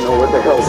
is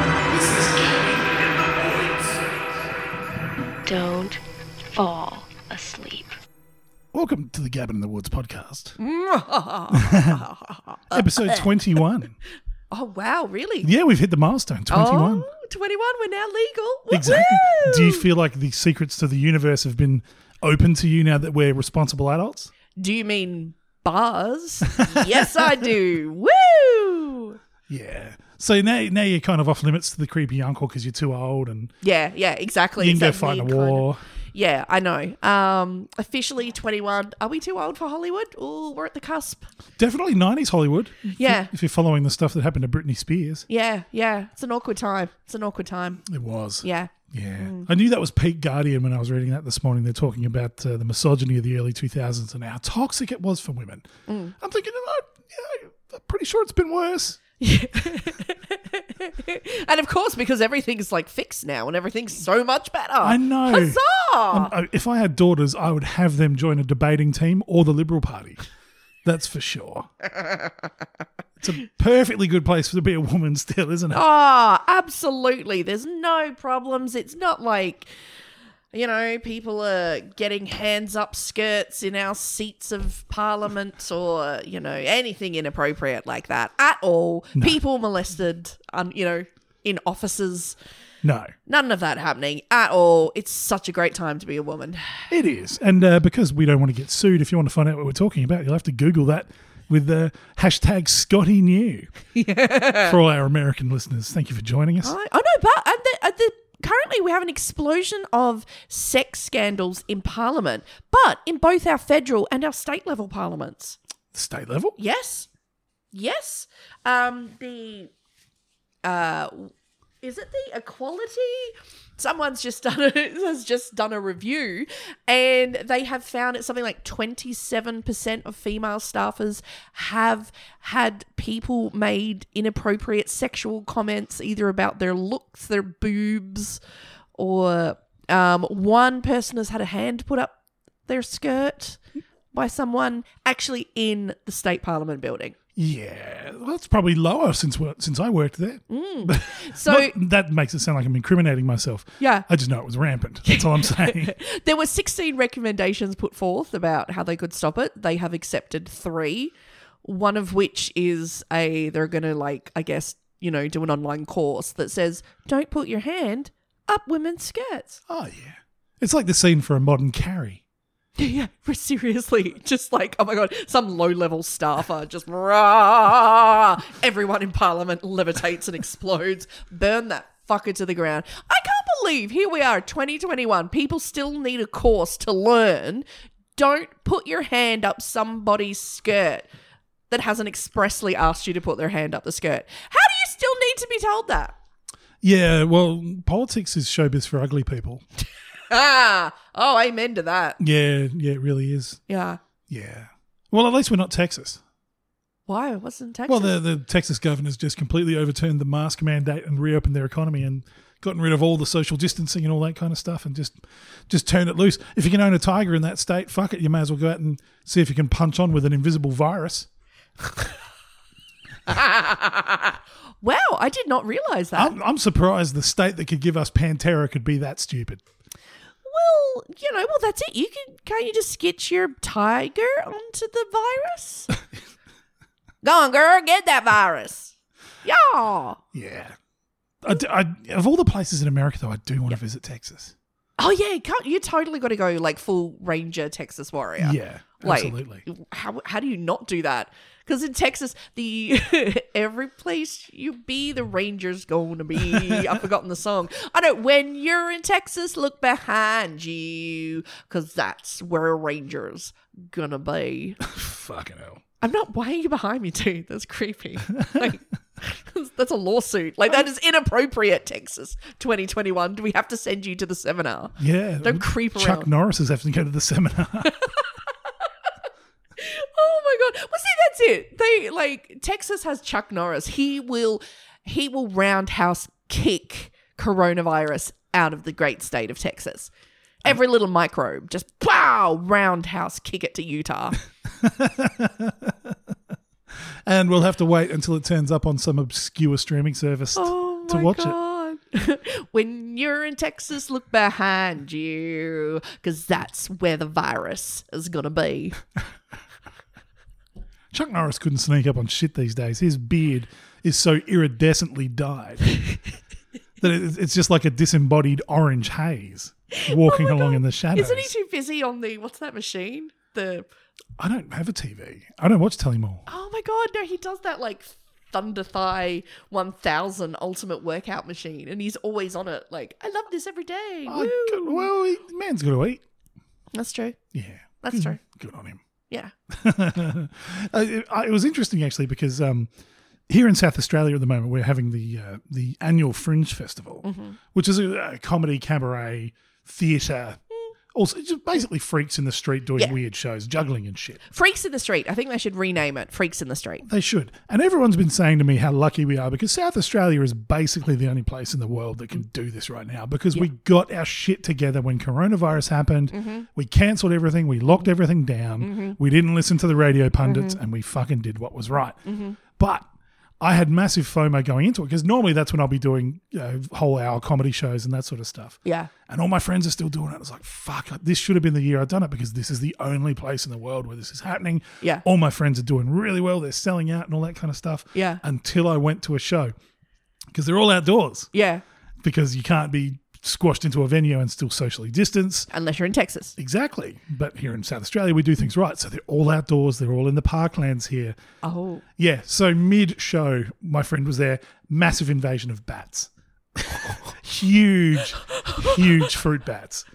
Don't fall asleep. Welcome to the Gabin in the Woods podcast. Episode 21. Oh, wow, really? Yeah, we've hit the milestone 21. Oh, 21, we're now legal. Woo-hoo! exactly. Do you feel like the secrets to the universe have been open to you now that we're responsible adults? Do you mean bars? yes, I do. Woo! Yeah. So now, now you're kind of off limits to the creepy uncle because you're too old and Yeah, yeah, exactly. you can go It's that fight in weird a kind of- war. yeah, I know. Um, officially 21. Are we too old for Hollywood? Oh, we're at the cusp. Definitely 90s Hollywood. Yeah. If you're following the stuff that happened to Britney Spears, Yeah, yeah. It's an awkward time. It's an awkward time. it was. Yeah. Yeah. I knew that was Pete Guardian when I was reading that this morning. They're talking about uh, the misogyny of the early 2000s and how toxic it was for women. I'm thinking, you know, yeah, I'm pretty sure it's been worse. and of course, because everything's like fixed now and everything's so much better. I know. Um, Huzzah! I- if I had daughters, I would have them join a debating team or the Liberal Party. That's for sure. it's a perfectly good place to be a woman still, isn't it? Ah, absolutely. There's no problems. It's not like, you know, people are getting hands up skirts in our seats of parliament or, you know, anything inappropriate like that at all. People molested, um, you know, in offices. No, None of that happening at all. It's such a great time to be a woman. it is. And uh, because we don't want to get sued, if you want to find out what we're talking about, you'll have to Google that with the hashtag Scotty New. For all our American listeners, thank you for joining us. I, I know, but and the, and the, currently we have an explosion of sex scandals in Parliament, but in both our federal and our state level parliaments. State level? Yes, yes. Um, the uh, is it the equality? Someone's just done a, has just done a review, and they have found it's something like twenty seven percent of female staffers have had people made inappropriate sexual comments, either about their looks, their boobs, or um, one person has had a hand put up their skirt by someone actually in the state parliament building. Yeah. Well, it's probably lower since wor- since I worked there. So Not- that makes it sound like I'm incriminating myself. Yeah. I just know it was rampant. That's all I'm saying. there were 16 recommendations put forth about how they could stop it. They have accepted three, one of which is a they're going to like I guess you know do an online course that says don't put your hand up women's skirts. Oh yeah, it's like the scene for a modern carry. yeah, seriously, just like oh my god, some low-level staffer just rah, everyone in Parliament levitates and explodes. Burn that fucker to the ground. I can't believe here we are, 2021. People still need a course to learn. Don't put your hand up somebody's skirt that hasn't expressly asked you to put their hand up the skirt. How do you still need to be told that? Yeah, well, politics is showbiz for ugly people. Ah, oh, amen to that. Yeah, yeah, it really is. Yeah. Yeah. Well, at least we're not Texas. Why? What's in Texas? Well, the the Texas governor's just completely overturned the mask mandate and reopened their economy and gotten rid of all the social distancing and all that kind of stuff and just just turned it loose. If you can own a tiger in that state, fuck it, you may as well go out and see if you can punch on with an invisible virus. wow, I did not realize that. I'm, I'm surprised the state that could give us Pantera could be that stupid. Well, you know, well that's it. You can can't you just sketch your tiger onto the virus? Go on, girl, get that virus. Yeah. Oh, Yeah. I d I of all the places in America, though, I do want to visit Texas. Oh yeah, you can't, you totally got to go like full Ranger Texas Warrior. Yeah, like, absolutely. How how do you not do that? Because in Texas, the every place you be, the Rangers gonna be. I've forgotten the song. I know when you're in Texas, look behind you, because that's where Rangers gonna be. Fucking hell. I'm not. Why are you behind me, dude? That's creepy. Like, that's a lawsuit. Like that is inappropriate. Texas, 2021. Do we have to send you to the seminar? Yeah. Don't creep Chuck around. Norris is having to go to the seminar. Oh my god. Well, see, that's it. They like Texas has Chuck Norris. He will he will roundhouse kick coronavirus out of the great state of Texas. Every little microbe, just pow, roundhouse kick it to Utah. and we'll have to wait until it turns up on some obscure streaming service t- Oh to my watch it. god. when you're in Texas, look behind you, because that's where the virus is gonna be. Chuck Norris couldn't sneak up on shit these days. His beard is so iridescently dyed that it- it's just like a disembodied orange haze walking Oh my along God. in the shadows. Isn't he too busy on the what's that machine? The I don't have a TV. I don't watch Telemore. oh my god, no, he does that like Thunder Thigh 1000 ultimate workout machine, and he's always on it. Like, I love this every day. I Woo. go- well, he, man's got to eat. That's true. Yeah, That's Good- true. Good on him. Yeah. Uh, it, I- it was interesting actually because um, here in South Australia at the moment we're having the uh, the annual Fringe Festival, which is a, a comedy cabaret theatre. Also, just basically freaks in the street doing Yeah. weird shows, juggling and shit. Freaks in the Street. I think they should rename it Freaks in the Street. They should. And everyone's been saying to me how lucky we are because South Australia is basically the only place in the world that can do this right now because we got our shit together when coronavirus happened. We cancelled everything. We locked everything down. We didn't listen to the radio pundits and we fucking did what was right. But I had massive FOMO going into it because normally that's when I'll be doing you know, whole hour comedy shows and that sort of stuff. Yeah. And all my friends are still doing it. I was like, fuck, this should have been the year I'd done it because this is the only place in the world where this is happening. Yeah. All my friends are doing really well. They're selling out and all that kind of stuff. Yeah. Until I went to a show because they're all outdoors Yeah. because you can't be squashed into a venue and still socially distance. Unless you're in Texas. Exactly. But here in South Australia, we do things right. So they're all outdoors. They're all in the parklands here. Oh. Yeah. So mid show, my friend was there. Massive invasion of bats. huge, huge fruit bats.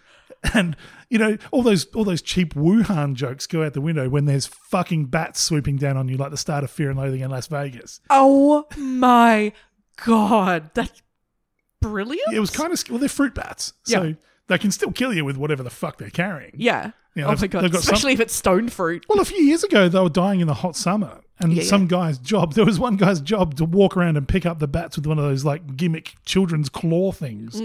And you know all those all those cheap Wuhan jokes go out the window when there's fucking bats swooping down on you like the start of Fear and Loathing in Las Vegas. Oh my god. That's brilliant. It was kind of sc- well they're fruit bats, so Yeah. they can still kill you with whatever the fuck they're carrying. Yeah. Yeah, oh they've- my god. they've got some- Especially if it's stone fruit. Well, a few years ago, they were dying in the hot summer, and Yeah, some guy's job. There was one guy's job to walk around and pick up the bats with one of those like gimmick children's claw things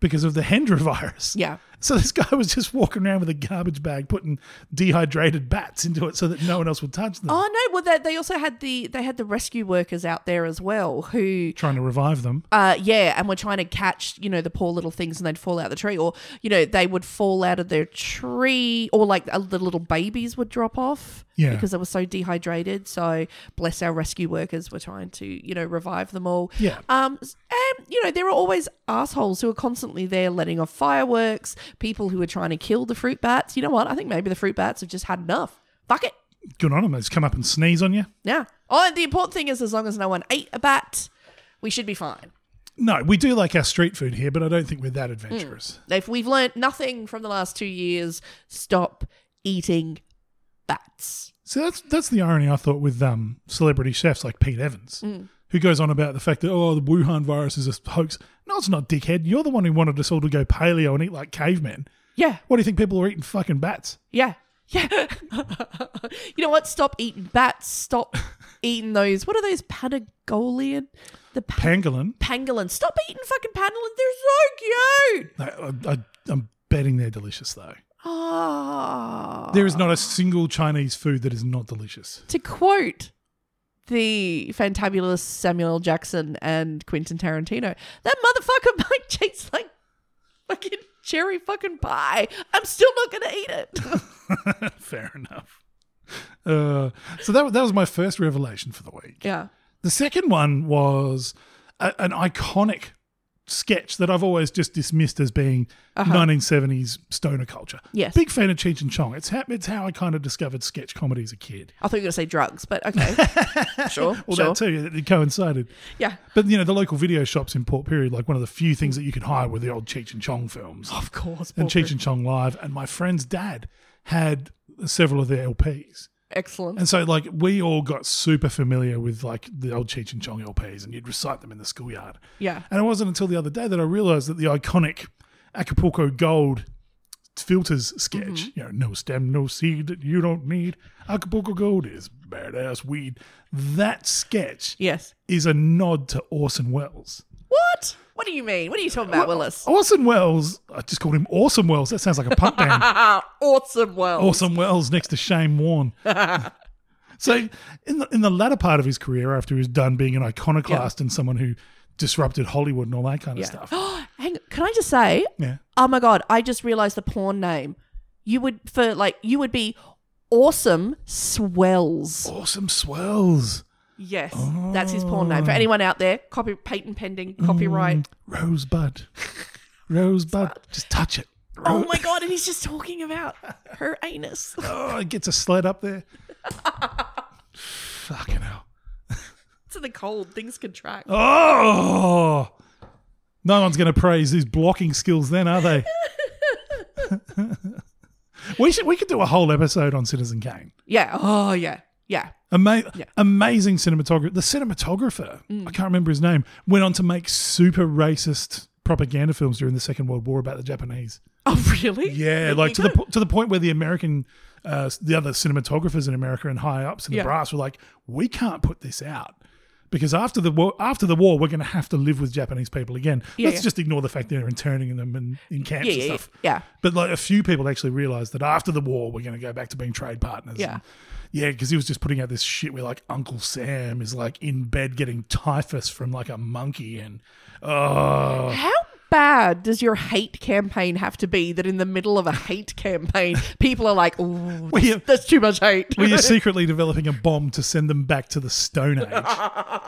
because of the Hendra virus. Mm. Yeah. So this guy was just walking around with a garbage bag, putting dehydrated bats into it so that no one else would touch them, Oh no! Well, they, they also had the they had the rescue workers out there as well, who trying to revive them. uh, yeah, and we're trying to catch, you know, the poor little things and they'd fall out the tree, or you know, they would fall out of their tree, or like uh, the little babies would drop off, Yeah. because they were so dehydrated. So bless our rescue workers, we're trying to, you know, revive them all. Yeah. Um, s- and you know, there are always assholes who are constantly there letting off fireworks. People who are trying to kill the fruit bats. You know what? I think maybe the fruit bats have just had enough. Fuck it. Good on them. They just come up and sneeze on you. Yeah. Oh, and the important thing is, as long as no one ate a bat, we should be fine. No, we do like our street food here, but I don't think we're that adventurous. If we've learnt nothing from the last two years, stop eating bats. So that's that's the irony I thought with um, celebrity chefs like Pete Evans, who goes on about the fact that oh the Wuhan virus is a hoax. No, it's not, dickhead. You're the one who wanted us all to go paleo and eat like cavemen. Yeah, What do you think people are eating fucking bats? yeah, yeah. you know what? Stop eating bats. Stop eating those. What are those Patagonian? The pa- Pangolin. pangolin. Stop eating fucking pangolin. They're so cute. I, I, I, I'm betting they're delicious though. Ah. There is not a single Chinese food that is not delicious. to quote the fantabulous Samuel Jackson and Quentin Tarantino, that motherfucker might taste like fucking cherry fucking pie. I'm still not gonna eat it. Fair enough. Uh, so that that was my first revelation for the week. yeah. The second one was a, an iconic sketch that I've always just dismissed as being 1970s stoner culture. Uh-huh. Yes. Big fan of Cheech and Chong. It's how, it's how I kind of discovered sketch comedy as a kid. I thought you were gonna say drugs, but okay. sure. Well, sure. that too, it coincided. Yeah. But, you know, the local video shops in Port Pirie, like one of the few things that you could hire were the old Cheech and Chong films. Of course. and Porter. Cheech and Chong Live. And my friend's dad had several of their LPs. Excellent. And so, like, we all got super familiar with like the old Cheech and Chong LPs, and you'd recite them in the schoolyard. Yeah. And it wasn't until the other day that I realized that the iconic Acapulco Gold filters sketch, you know, no stem, no seed that you don't need. Acapulco Gold is badass weed. That sketch Yes. is a nod to Orson Welles. What? What do you mean? What are you talking about, Willis? Orson Welles, I just called him Awesome Welles. That sounds like a punk band. Ah, Awesome world. Orson Welles next to Shane Warne. so in the in the latter part of his career, after he was done being an iconoclast and someone who disrupted Hollywood and all that kind of Yeah. stuff. Hang, can I just say? Yeah. Oh my god! I just realized the porn name. You would for like you would be awesome swells. Awesome swells. Yes, that's his porn Oh. name. For anyone out there, copy patent pending copyright. Mm. Rosebud. Rosebud. Just touch it. Oh my god! And he's just talking about her anus. Oh, it gets a sled up there. Fucking hell. it's in the cold. Things contract. Oh, no one's going to praise his blocking skills, then, are they? we should we could do a whole episode on Citizen Kane. Yeah. Oh yeah. Yeah. Ama- Yeah. Mm. Amazing cinematographer. The cinematographer, I can't remember his name, went on to make super racist propaganda films during the Second World War about the Japanese. Oh really? Yeah, like to the po- to the point where the American, uh, the other cinematographers in America and high ups in Yeah. the brass were like, we can't put this out because after the war, after the war, we're going to have to live with Japanese people again. Yeah, Let's yeah. just ignore the fact they're interning them in, in camps Yeah, and yeah, stuff. yeah. But like a few people actually realized that after the war, we're going to go back to being trade partners. Yeah. And- yeah, because he was just putting out this shit where like Uncle Sam is like in bed getting typhus from like a monkey and oh How bad does your hate campaign have to be that in the middle of a hate campaign, people are like, ooh, Well, you- that's too much hate. Were you secretly developing a bomb to send them back to the Stone Age?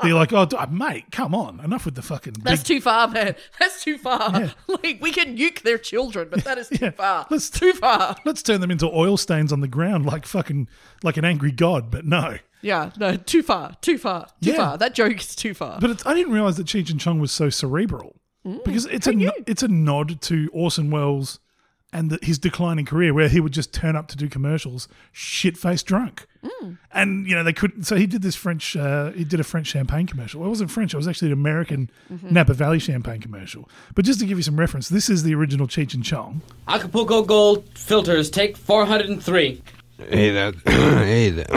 They're like, oh, d- mate, come on, enough with the fucking. that's big- too far, man. That's too far. Yeah. Like we can nuke their children, but that is too Yeah. far. Let's- too far. Let's turn them into oil stains on the ground, like fucking, like an angry god. But no, Yeah, no, too far, too far, too Yeah. far. That joke is too far. but it's, I didn't realize that Cheech and Chong was so cerebral because it's a no- it's a nod to Orson Welles and the, his declining career, where he would just turn up to do commercials, shit faced drunk, and you know they couldn't. So he did this French, uh, he did a French champagne commercial. Well, it wasn't French; it was actually an American Napa Valley champagne commercial. But just to give you some reference, this is the original Cheech and Chong. Acapulco Gold filters take 403. Hey, that, hey, that,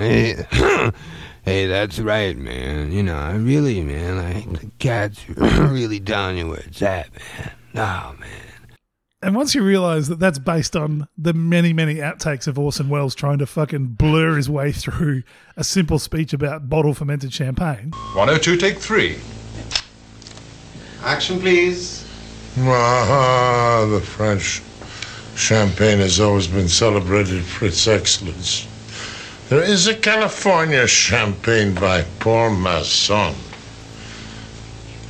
hey, hey, that's right, man. You know, I really, man, I the cat's really down here where it's at, man. No, man. And once you realize that that's based on the many, many outtakes of Orson Welles trying to fucking blur his way through a simple speech about bottle fermented champagne, 102, take three. Action, please. Ah, the French champagne has always been celebrated for its excellence. There is a California champagne by Paul Masson,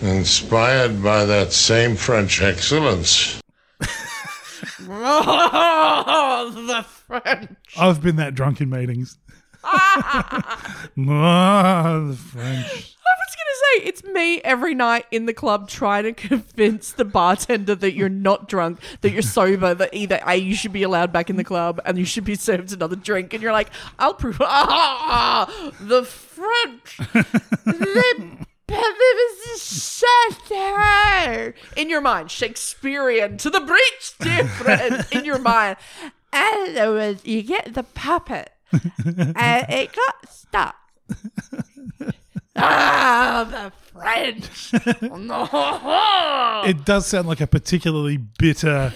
inspired by that same French excellence. the friend. I've been that drunk in meetings. Ah, the French. I was gonna say it's me every night in the club trying to convince the bartender that you're not drunk, that you're sober, that either a you should be allowed back in the club and you should be served another drink, and you're like, I'll prove ah, the French. the- in your mind, Shakespearean to the breach, dear friend. In your mind, and you get the puppet, and it got stuck. Ah, the French. no. It does sound like a particularly bitter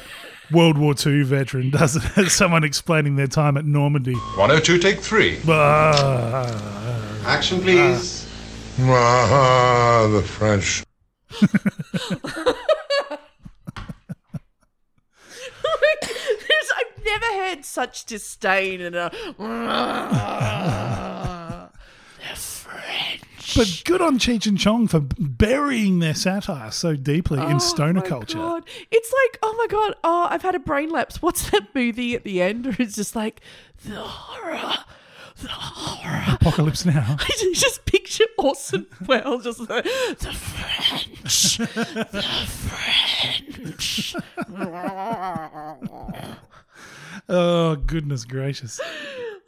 World War II veteran, doesn't it? Someone explaining their time at Normandy. 102, take three. Ah. Action, please. Ah, the French. There's, I've never heard such disdain in a. the French. But good on Cheech and Chong for burying their satire so deeply in stoner Oh my culture. God. It's like, oh my god, oh, I've had a brain lapse. What's that movie at the end where it's just like the horror, the horror. Apocalypse Now. I ju- just picture Orson Welles just like, the French, the French. Oh, goodness gracious.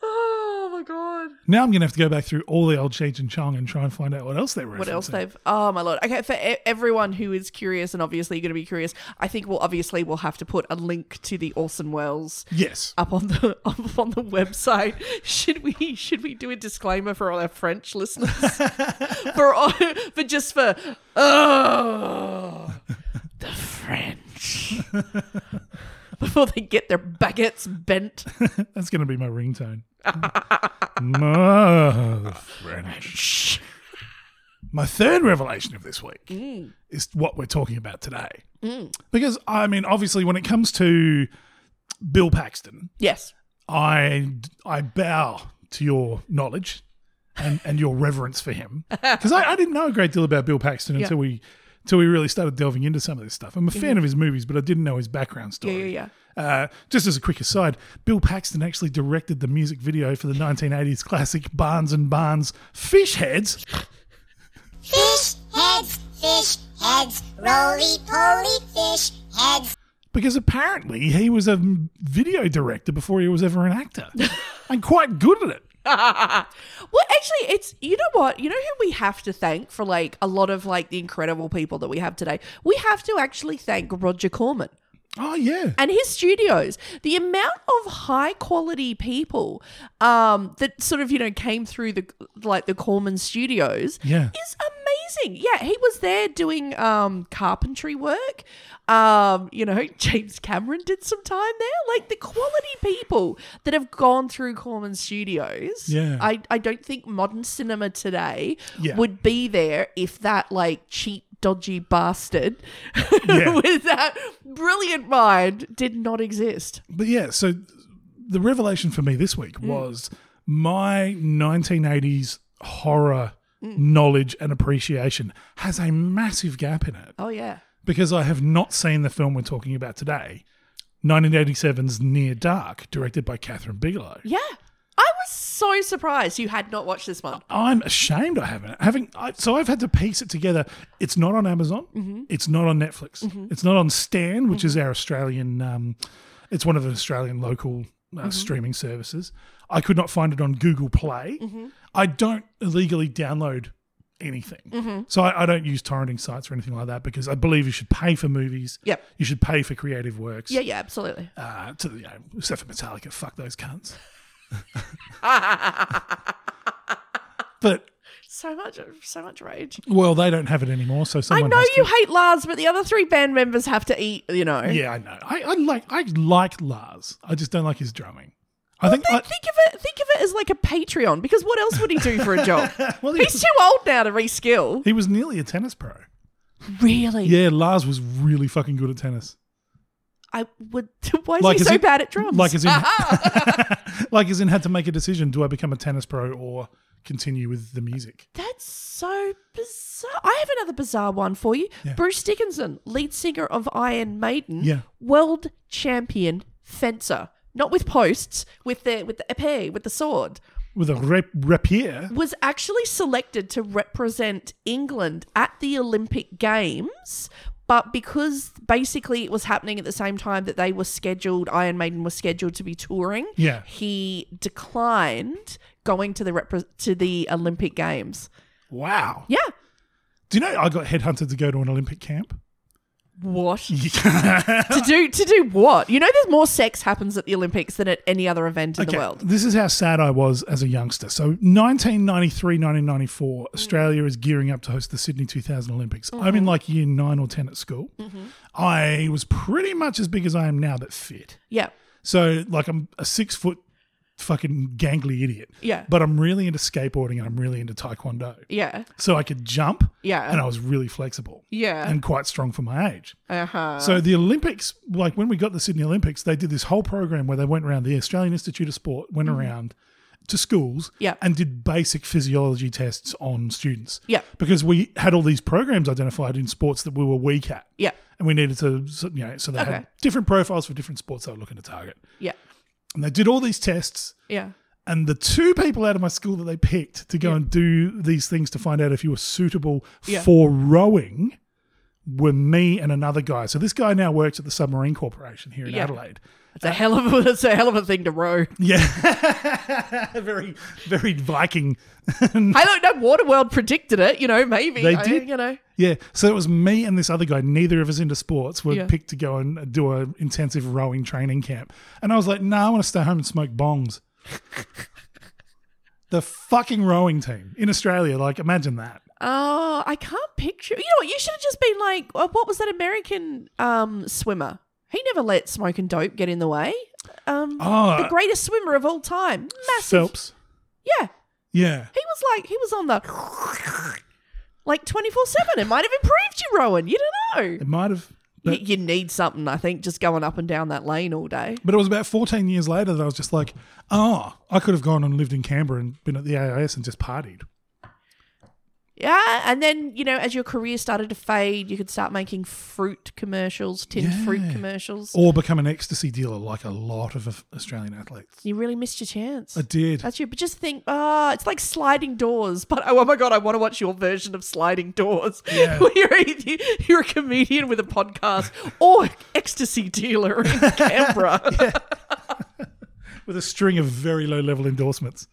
Oh my god. Now I'm going to have to go back through all the old Cheech and Chong and try and find out what else they were. What else they've? Oh my lord! Okay, for e- everyone who is curious, and obviously you're going to be curious, I think we'll obviously we'll have to put a link to the Orson Welles. Yes. Up on the up on the website. Should we should we do a disclaimer for all our French listeners? for all, for just for oh the French before they get their baguettes bent. That's going to be my ringtone. my French. My third revelation of this week Mm. is what we're talking about today. Mm. Because, I mean, obviously, when it comes to Bill Paxton, Yes. I, I bow to your knowledge and, and your reverence for him. Because I, I didn't know a great deal about Bill Paxton Yeah. until we until we really started delving into some of this stuff. I'm a fan Mhm. of his movies, but I didn't know his background Yeah, story. yeah, yeah. Uh, just as a quick aside, Bill Paxton actually directed the music video for the 1980s classic Barnes and Barnes Fish Heads. Fish heads, fish heads, roly poly fish heads. Because apparently he was a m- video director before he was ever an actor, and quite good at it. well, actually, it's you know what you know who we have to thank for like a lot of like the incredible people that we have today. We have to actually thank Roger Corman. Oh yeah, and his studios. The amount of high quality people um, that sort of you know came through the like the Corman studios Yeah. is amazing. Yeah, he was there doing um, carpentry work. Um, you know, James Cameron did some time there. Like the quality people that have gone through Corman Studios. Yeah. I, I don't think modern cinema today Yeah. would be there if that like cheap dodgy bastard Yeah. with that brilliant mind did not exist. But yeah, so the revelation for me this week was my 1980s horror knowledge and appreciation has a massive gap in it. Oh yeah. because I have not seen the film we're talking about today. 1987's Near Dark, directed by Catherine Bigelow. Yeah. I was so surprised you had not watched this one. I'm ashamed I haven't. Having I, so I've had to piece it together. It's not on Amazon. Mhm. It's not on Netflix. Mhm. It's not on Stan, which is Mm-hmm. our Australian. Um, it's one of the Australian local uh, Mm-hmm. Mhm. streaming services. I could not find it on Google Play. Mm-hmm. I don't illegally download anything. Mm-hmm. Mhm. So I, I don't use torrenting sites or anything like that because I believe you should pay for movies. Yep. You should pay for creative works. Yeah, yeah, absolutely. Uh, to the, you know, except for Metallica, fuck those cunts. But so much so much rage. well, they don't have it anymore, so I someone. know has you to. hate Lars, but the other three band members have to eat, you know. Yeah, I know. I, I like I like Lars. I just don't like his drumming. I think I, Think of it think of it as like a Patreon because what else would he do for a job? Well, he He's was- too old now to reskill. he was nearly a tennis pro. Really? Yeah, Lars was really fucking good at tennis. I would why is Like, he is so he- bad at drums? like, is he- Like, as in, had to make a decision: do I become a tennis pro or continue with the music? That's so bizarre. I have another bizarre one for you. Yeah. Bruce Dickinson, lead singer of Iron Maiden, Yeah. world champion fencer, not with posts, with the with the epée, with the sword, With a rap- rapier. was actually selected to represent England at the Olympic Games. But because basically it was happening at the same time that they were scheduled, Iron Maiden was scheduled to be touring. Yeah. he declined going to the repre- to the Olympic Games. Wow. Yeah. Do you know I got headhunted to go to an Olympic camp? What? to do to do what? You know there's more sex happens at the Olympics than at any other event in the world. This is how sad I was as a youngster. So 1993, 1994, Australia is gearing up to host the Sydney 2000 Olympics. I'm in Mm-hmm. Mhm. like year nine or 10 at school. I was pretty much as big as I am now, but fit. Yeah. So like I'm a six foot fucking gangly idiot. Yeah. But I'm really into skateboarding and I'm really into taekwondo. Yeah. So I could jump. Yeah. And I was really flexible. Yeah. And quite strong for my age. Uh-huh. So the Olympics, like when we got the Sydney Olympics, they did this whole program where they went around the Australian Institute of Sport, went Mhm. around to schools Yeah. and did basic physiology tests on students. Yeah. Because we had all these programs identified in sports that we were weak at. Yeah. And we needed to, so- you know, so they Okay. had different profiles for different sports they were looking to target. Yeah. And they did all these tests. Yeah. And the two people out of my school that they picked to go and do these things to find out if you were suitable Yeah. for rowing were me and another guy. So this guy now works at the Submarine Corporation here in Yeah. Adelaide. It's a hell of a, it's a hell of a thing to row. Yeah, very very Viking. I don't know. Waterworld predicted it. You know, maybe They I- did. You know, Yeah, so it was me and this other guy. Neither of us into sports were Yeah. picked to go and do an intensive rowing training camp. And I was like, no, I want to stay home and smoke bongs. the fucking rowing team in Australia, like, imagine that. oh, I can't picture. You know what? You should have just been like, oh, what was that American um, swimmer? He never let smoke and dope get in the way. Um, Oh. the greatest swimmer of all time, massive. Phelps. Yeah, Yeah. he was like he was on the like twenty four seven. It might have improved you, Rowan. You don't know. It might have. But, you, you need something, I think, just going up and down that lane all day. but it was about 14 years later that I was just like, oh, I could have gone and lived in Canberra and been at the AIS and just partied. Yeah, and then you know, as your career started to fade, you could start making fruit commercials, tinned fruit commercials. Or become an ecstasy dealer like a lot of Af- Australian athletes. you really missed your chance. I did. That's you. But just think, ah, it's like sliding doors. But oh, oh my god, I want to watch your version of sliding doors. Yeah. Where you're, either, you're a comedian with a podcast or ecstasy dealer in Canberra. With a string of very low level endorsements.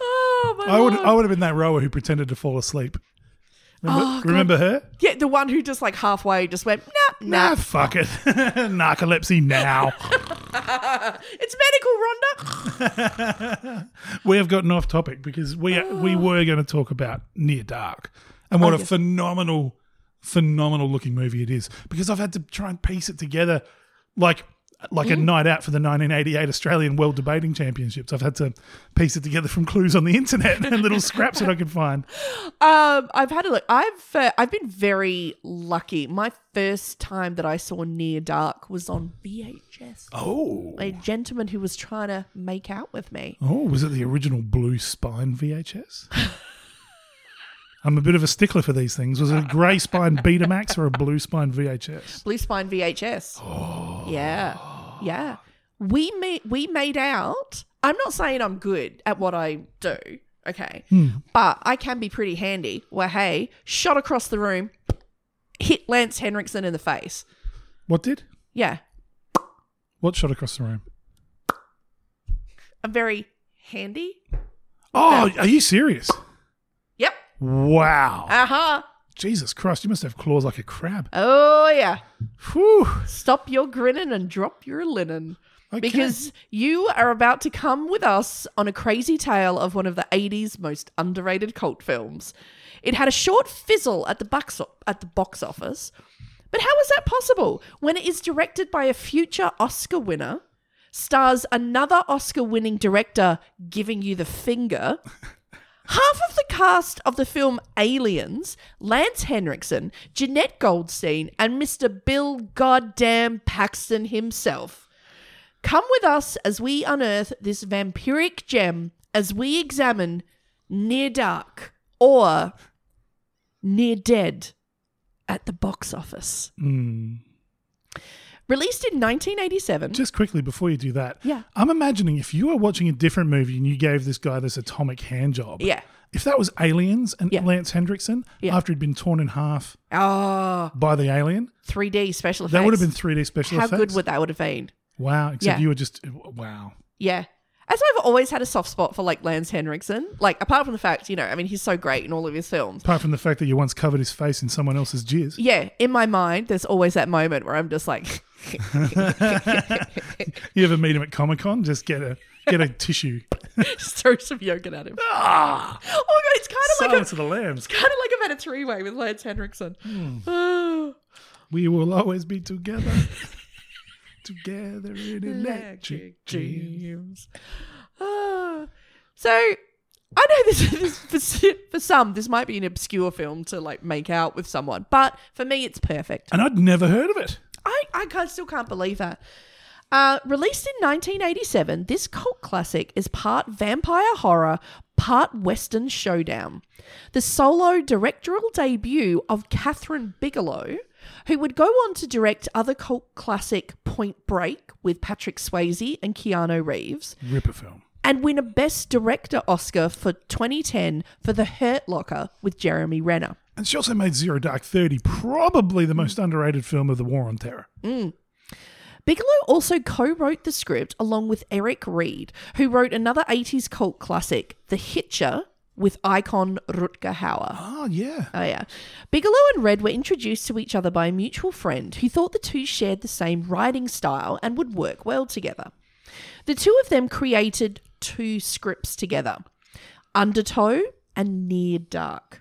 Oh my I would lord. I would have been that rower who pretended to fall asleep. Remember, Oh, God. remember her? Yeah, the one who just like halfway just went, nah, nah. Nah, fuck it. Narcolepsy now. it's medical, Rhonda. we have gotten off topic because we we were going to talk about Near Dark and what Oh, a yes. phenomenal, phenomenal looking movie it is. Because I've had to try and piece it together, like like a night out for the 1988 Australian World Debating Championships. I've had to piece it together from clues on the internet and little scraps that I could find. Um, I've had a look. I've uh, I've been very lucky. My first time that I saw Near Dark was on VHS. Oh. A gentleman who was trying to make out with me. Oh, was it the original Blue Spine VHS? I'm a bit of a stickler for these things. Was it a grey spine Betamax or a blue spine VHS? Blue Spine VHS. Oh. Yeah. Yeah. We made we made out. I'm not saying I'm good at what I do, okay? But I can be pretty handy. Where hey, shot across the room, hit Lance Henriksen in the face. What did? Yeah. What shot across the room? I'm very handy. Oh, are you serious? Yep. Wow. Uh-huh. Jesus Christ, you must have claws like a crab. Oh yeah. Whew. Stop your grinning and drop your linen. Okay. Because you are about to come with us on a crazy tale of one of the 80s most underrated cult films. It had a short fizzle at the box, at the box office. But how is that possible when it is directed by a future Oscar winner, stars another Oscar winning director giving you the finger? Half of the cast of the film Aliens, Lance Henriksen, Jeanette Goldstein, and Mr. Bill Goddamn Paxton himself. Come with us as we unearth this vampiric gem as we examine Near Dark or Near Dead at the box office. Mm. Released in 1987. Just quickly before you do that, Yeah. I'm imagining if you were watching a different movie and you gave this guy this atomic hand job. Yeah. If that was Aliens and Yeah. Lance Hendrickson Yeah. after he'd been torn in half Oh, by the alien, 3D special effects. that would have been 3D special How effects. good would that would have been? Wow. Except Yeah. you were just wow. Yeah. As I've always had a soft spot for like Lance Henriksen, like apart from the fact, you know, I mean, he's so great in all of his films. Apart from the fact that you once covered his face in someone else's jizz. Yeah, in my mind, there's always that moment where I'm just like, You ever meet him at Comic Con? Just get a get a tissue. just throw some yogurt at him. Ah, Oh my god, it's kind of like Silence a, of the Lambs. kind of like I've had a three way with Lance Henriksen. Oh, We will always be together. together in electric dreams. dreams. Ah. So I know this, this for, s- for some this might be an obscure film to like make out with someone, but for me, it's perfect. And I'd never heard of it. I, I can't, still can't believe that. Uh, released in 1987, this cult classic is part vampire horror, part western showdown. The solo directorial debut of Catherine Bigelow, who would go on to direct other cult classic Point Break with Patrick Swayze and Keanu Reeves, Ripper film. and win a Best Director Oscar for 2010 for The Hurt Locker with Jeremy Renner. And she also made Zero Dark Thirty, probably the most underrated film of the War on Terror. Mm. Bigelow also co wrote the script along with Eric Reed, who wrote another 80s cult classic, The Hitcher, with icon Rutger Hauer. Oh, yeah. Oh, yeah. Bigelow and Red were introduced to each other by a mutual friend who thought the two shared the same writing style and would work well together. The two of them created two scripts together Undertow and Near Dark.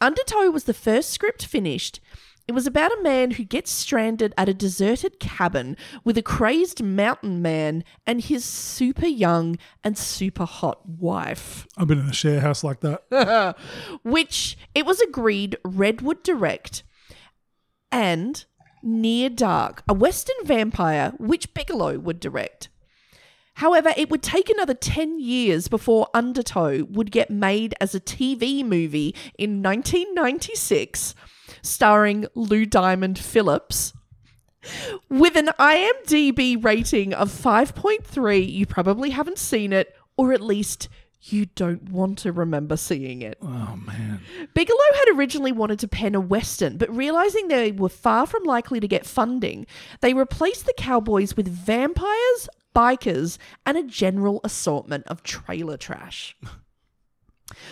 Undertow was the first script finished. It was about a man who gets stranded at a deserted cabin with a crazed mountain man and his super young and super hot wife. I've been in a share house like that. which it was agreed Red would direct, and Near Dark, a Western vampire, which Bigelow would direct. However, it would take another 10 years before Undertow would get made as a TV movie in 1996, starring Lou Diamond Phillips. With an IMDb rating of 5.3, you probably haven't seen it, or at least you don't want to remember seeing it. Oh, man. Bigelow had originally wanted to pen a Western, but realizing they were far from likely to get funding, they replaced the cowboys with vampires, bikers, and a general assortment of trailer trash.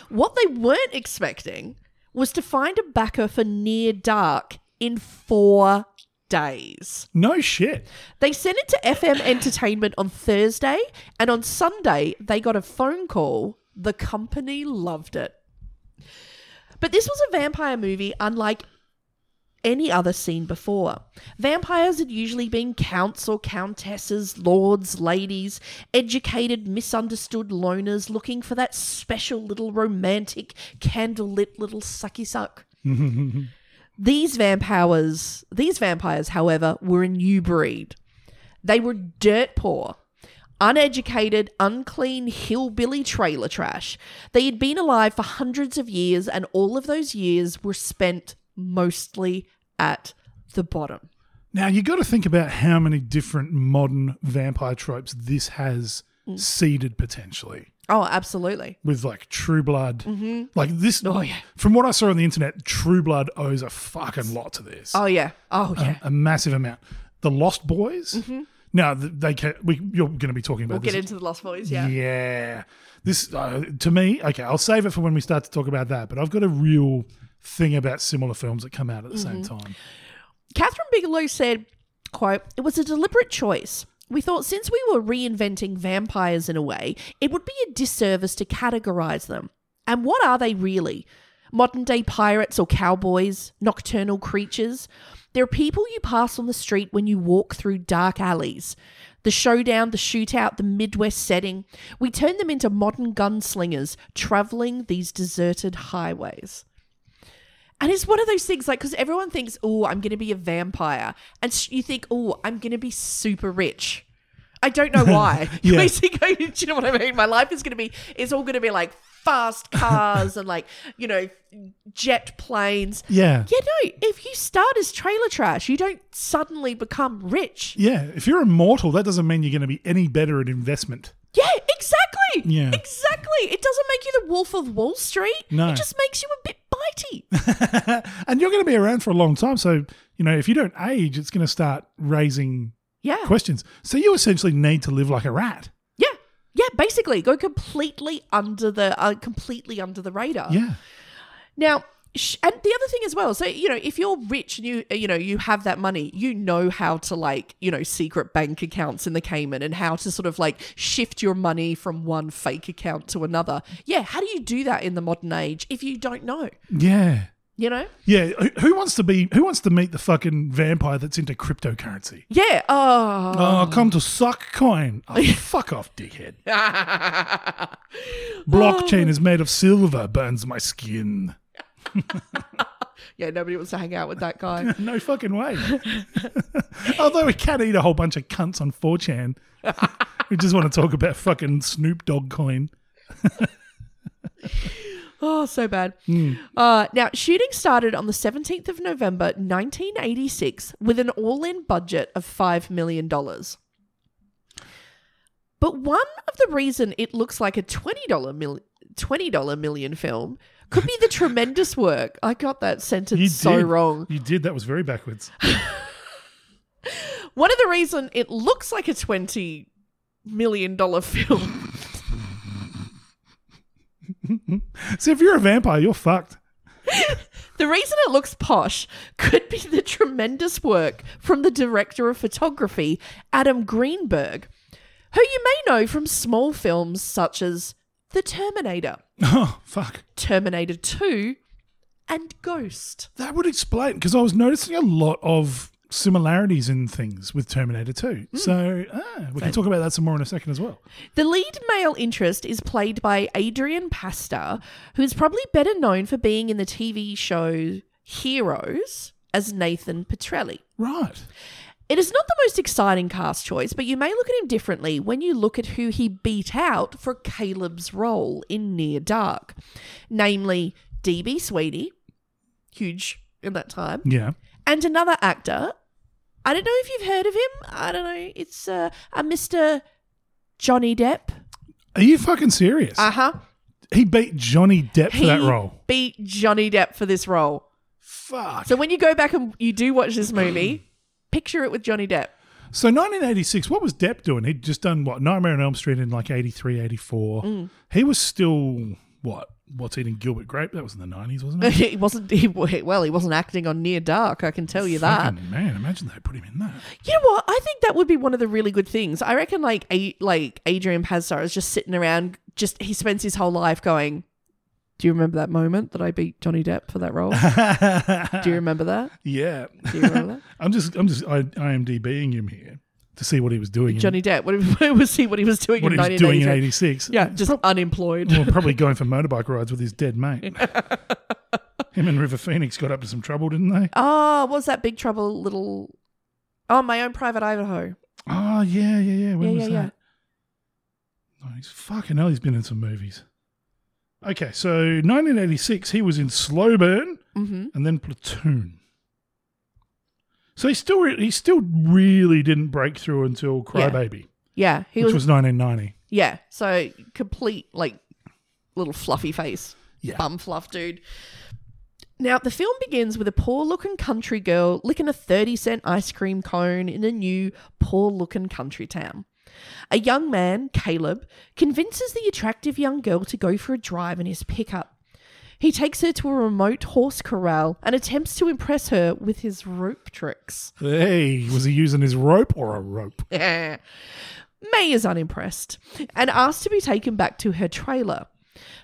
what they weren't expecting was to find a backer for Near Dark in four days. No shit. They sent it to FM Entertainment on Thursday, and on Sunday, they got a phone call. The company loved it. But this was a vampire movie unlike any other seen before. Vampires had usually been counts or countesses, lords, ladies, educated, misunderstood loners looking for that special little romantic, candlelit little sucky suck. These vampires, these vampires, however, were a new breed. They were dirt poor, uneducated, unclean hillbilly trailer trash. They had been alive for hundreds of years, and all of those years were spent mostly at the bottom. Now you got to think about how many different modern vampire tropes this has Mm. seeded potentially Oh, absolutely. with like True Blood. Mhm. Like this, Oh, yeah. from what I saw on the internet, True Blood owes a fucking lot to this. Oh yeah. Oh a, yeah. Mm-hmm. a massive amount. The Lost Boys. Now they can, we you're going to be talking about. we'll this. get into the Lost Boys. Yeah. Yeah. This uh, to me, okay, I'll save it for when we start to talk about that. But I've got a real thing about similar films that come out at the same Mm-hmm. time. Catherine Bigelow said, quote, It was a deliberate choice. We thought since we were reinventing vampires in a way, it would be a disservice to categorize them. And what are they really? Modern day pirates or cowboys, nocturnal creatures? They're people you pass on the street when you walk through dark alleys. The showdown, the shootout, the Midwest setting. We turn them into modern gunslingers traveling these deserted highways. And it's one of those things, like, because everyone thinks, oh, I'm going to be a vampire. And sh- you think, oh, I'm going to be super rich. I don't know why. You Yeah. basically go, do you know what I mean? My life is going to be, it's all going to be like fast cars and like, you know, jet planes. Yeah. Yeah, no, if you start as trailer trash, you don't suddenly become rich. Yeah, if you're immortal, that doesn't mean you're going to be any better at investment. Yeah, exactly. Yeah. Exactly. It doesn't make you the wolf of Wall Street. No. It just makes you a bit bitey. And you're going to be around for a long time. So, you know, if you don't age, it's going to start raising Yeah. questions. So you essentially need to live like a rat. Yeah, yeah. Basically, go completely under the uh, completely under the radar. Yeah. Now, sh- and the other thing as well. So you know, if you're rich and you uh, you know you have that money, you know how to like you know secret bank accounts in the Cayman and how to sort of like shift your money from one fake account to another. Yeah. How do you do that in the modern age if you don't know? Yeah. You know. Yeah. Who- Who wants to be, who wants to meet the fucking vampire that's into cryptocurrency? Yeah. Oh. Oh, come to suck coin. Oh, fuck off, dickhead. Blockchain is made of silver, burns my skin. Yeah. Nobody wants to hang out with that guy. no fucking way. Although we can eat a whole bunch of cunts on 4chan. we just want to talk about fucking Snoop Dogg coin. Oh, so bad. Hmm. Uh, now, shooting started on the 17th of November 1986 with an all in budget of $5 million. But one of the reason it looks like a $20 mil- $20 million film Could be the tremendous work. I got that sentence You so did. wrong. You did. That was very backwards. One of the reason it looks like a twenty million dollar film. See, if you're a vampire, you're fucked. the reason it looks posh could be the tremendous work from the director of photography, Adam Greenberg, who you may know from small films such as The Terminator, Oh, fuck. Terminator 2, and Ghost. That would explain because I was noticing a lot of similarities in things with Terminator 2. Hmm. So ah, we can Right. talk about that some more in a second as well. The lead male interest is played by Adrian Pasta, who is probably better known for being in the TV show Heroes as Nathan Petrelli. Right. It is not the most exciting cast choice, but you may look at him differently when you look at who he beat out for Caleb's role in Near Dark, namely DB Sweetie, huge in that time, Yeah. and another actor. I don't know if you've heard of him. I don't know. It's uh, a Mr. Johnny Depp. Are you fucking serious? Uh huh. he beat Johnny Depp for that He role. Beat Johnny Depp for this role. Fuck. So when you go back and you do watch this movie, picture it with Johnny Depp. So 1986, what was Depp doing? He'd just done what Nightmare on Elm Street in like 83, 84. Mm. He was still what? What's eating Gilbert Grape? That was in the 90s, wasn't it? he wasn't. He, well, he wasn't acting on Near Dark. I can tell you that. Fucking man, imagine they put him in that. You know what? I think that would be one of the really good things. I reckon, like, a, like Adrian Pazdar is just sitting around. Just he spends his whole life going. Do you remember that moment that I beat Johnny Depp for that role? do you remember that? Yeah. Do you remember I'm just, I'm just, I, IMDBing him here to see what he was doing. that? in- Johnny Depp. What, what was he? What he was doing what in he was doing in 1986? 86. Yeah, just unemployed. Well, probably going for motorbike rides with his dead mate. Him and River Phoenix got up to some trouble, didn't they? Oh, what was that Big Trouble Little? Oh, my own private Idaho. Oh, yeah, yeah, yeah. When yeah, was yeah, that? Oh, he's fucking hell, he's been in some movies. Okay, so 1986, he was in Slow Burn yeah. Mm-hmm. and then Platoon. So he still re- he still really didn't break through until Yeah. Crybaby, Yeah, he which was, was, 1990. Yeah, so complete like little fluffy face, Yeah. bum fluff dude. Now the film begins with a poor-looking country girl licking a thirty-cent ice cream cone in a new poor-looking country town. A young man, Caleb, convinces the attractive young girl to go for a drive in his pickup. He takes her to a remote horse corral and attempts to impress her with his rope tricks. Hey, was he using his rope or a rope? May is unimpressed and asks to be taken back to her trailer.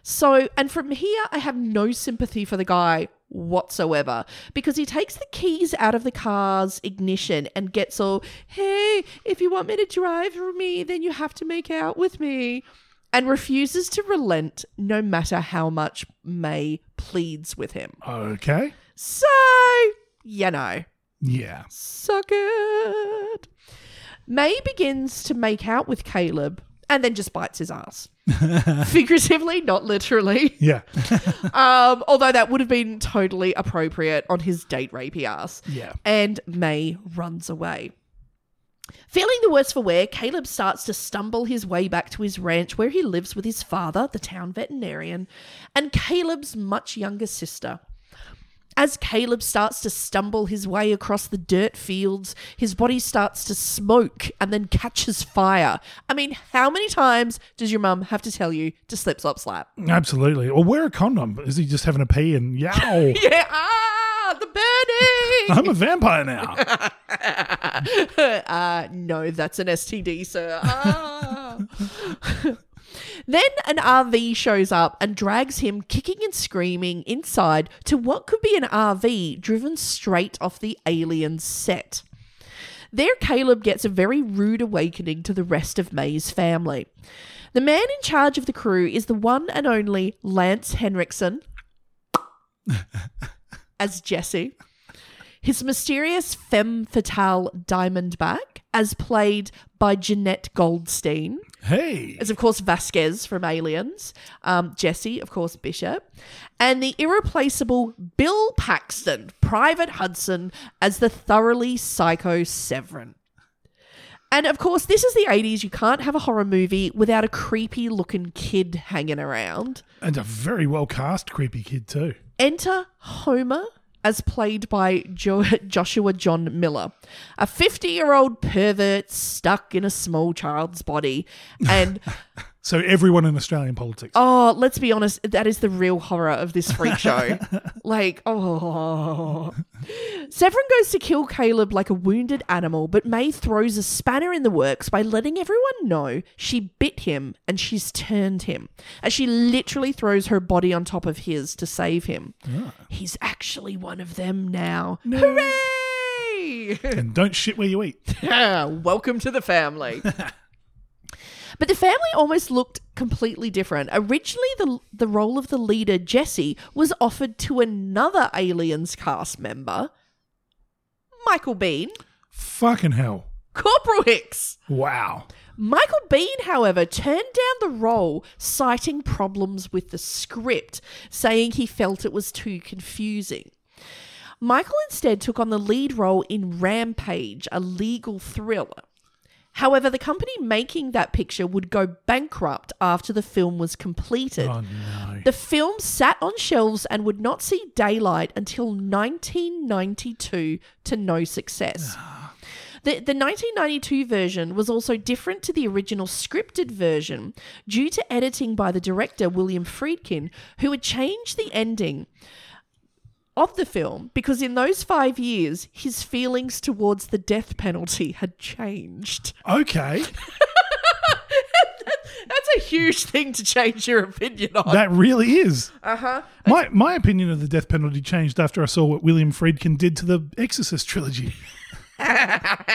So, and from here, I have no sympathy for the guy whatsoever because he takes the keys out of the car's ignition and gets all, hey, if you want me to drive for me, then you have to make out with me, and refuses to relent no matter how much May pleads with him. Okay. So, you know. Yeah. Suck it. May begins to make out with Caleb and then just bites his ass. Figuratively, not literally. Yeah. Um, although that would have been totally appropriate on his date rapey ass. Yeah. And May runs away. Feeling the worse for wear, Caleb starts to stumble his way back to his ranch where he lives with his father, the town veterinarian, and Caleb's much younger sister. As Caleb starts to stumble his way across the dirt fields, his body starts to smoke and then catches fire. I mean, how many times does your mum have to tell you to slip, slop, slap? Absolutely. Or wear a condom. Is he just having a pee and yow? Yeah, ah, the burning. I'm a vampire now. uh, no, that's an STD, sir. Ah. then an RV shows up and drags him kicking and screaming inside to what could be an RV driven straight off the alien set. There, Caleb gets a very rude awakening to the rest of May's family. The man in charge of the crew is the one and only Lance Henriksen as Jesse his mysterious femme fatale Diamondback, as played by Jeanette Goldstein, Hey. is of course Vasquez from Aliens, um, Jesse, of course Bishop, and the irreplaceable Bill Paxton, Private Hudson, as the thoroughly psycho Severin. And of course, this is the 80s. You can't have a horror movie without a creepy looking kid hanging around. And a very well cast creepy kid too. Enter Homer, as played by jo- Joshua John Miller, a 50 year old pervert stuck in a small child's body. And So everyone in Australian politics. oh, let's be honest, that is the real horror of this freak show. like, oh. Severin goes to kill Caleb like a wounded animal, but May throws a spanner in the works by letting everyone know she bit him and she's turned him, as she literally throws her body on top of his to save him. He's actually one of them now. Hooray! And don't shit where you eat. Welcome to the family. But the family almost looked completely different. Originally, the the role of the leader Jesse was offered to another Aliens cast member, Michael Bean, Fucking hell. Corporal Hicks. Wow. Michael Bean, however, turned down the role, citing problems with the script, saying he felt it was too confusing. Michael instead took on the lead role in Rampage, a legal thriller. However, the company making that picture would go bankrupt after the film was completed. Oh no. The film sat on shelves and would not see daylight until 1992 to no success. The, the 1992 version was also different to the original scripted version due to editing by the director William Friedkin, who had changed the ending of the film because in those five years, his feelings towards the death penalty had changed. Okay. That's a huge thing to change your opinion on. That really is. uh huh. My my opinion of the death penalty changed after I saw what William Friedkin did to the Exorcist trilogy.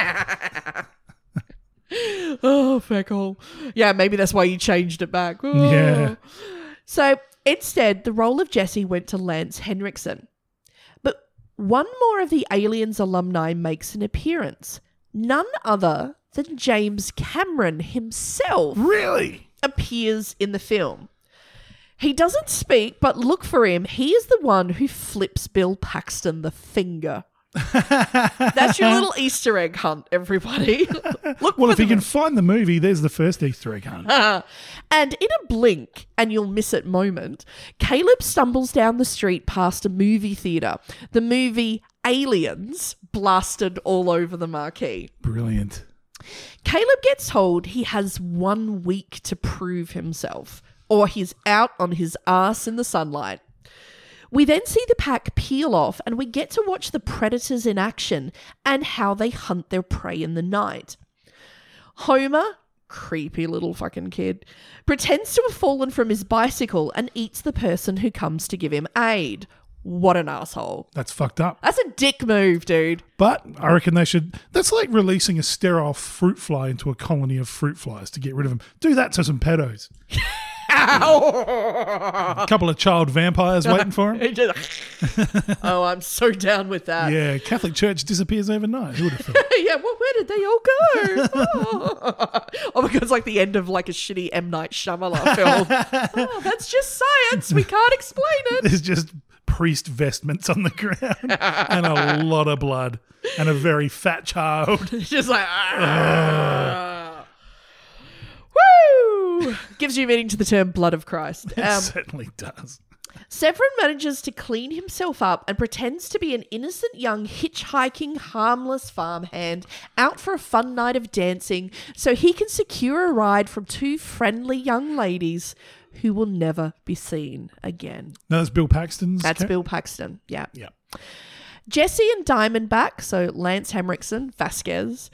oh, feckle. Yeah, maybe that's why you changed it back. Oh. Yeah. So instead, the role of Jesse went to Lance Henriksen. But one more of the Aliens alumni makes an appearance. None other than James Cameron himself Really? appears in the film. He doesn't speak, but look for him. He is the one who flips Bill Paxton the finger. That's your little Easter egg hunt, everybody. look Well, for if you them. can find the movie, there's the first Easter egg hunt. Ah. and in a blink, and you'll miss it moment, Caleb stumbles down the street past a movie theater. The movie Aliens blasted all over the marquee. Brilliant. Caleb gets told he has one week to prove himself, or he's out on his ass in the sunlight. We then see the pack peel off, and we get to watch the predators in action and how they hunt their prey in the night. Homer, creepy little fucking kid, pretends to have fallen from his bicycle and eats the person who comes to give him aid. What an asshole. That's fucked up. That's a dick move, dude. But I reckon they should. That's like releasing a sterile fruit fly into a colony of fruit flies to get rid of them. Do that to some pedos. Ow! Ah. A couple of child vampires waiting for them. He just- oh, I'm so down with that. Yeah, Yeah, Catholic Church disappears overnight. Who would have thought? well, where did they all go? Oh. oh my god, it's like the end of like a shitty M Night Shyamalan film. oh, that's just science. We can't explain it. There's just priest vestments on the ground and a lot of blood and a very fat child. It's just like. ah. Woo! Gives you meaning to the term blood of Christ. it Um, certainly does. Severin manages to clean himself up and pretends to be an innocent young hitchhiking, harmless farmhand out for a fun night of dancing so he can secure a ride from two friendly young ladies who will never be seen again. No, that's Bill Paxton's. That's ca- Bill Paxton. Yeah. Yeah. Jesse and Diamondback, so Lance Hamrickson, Vasquez,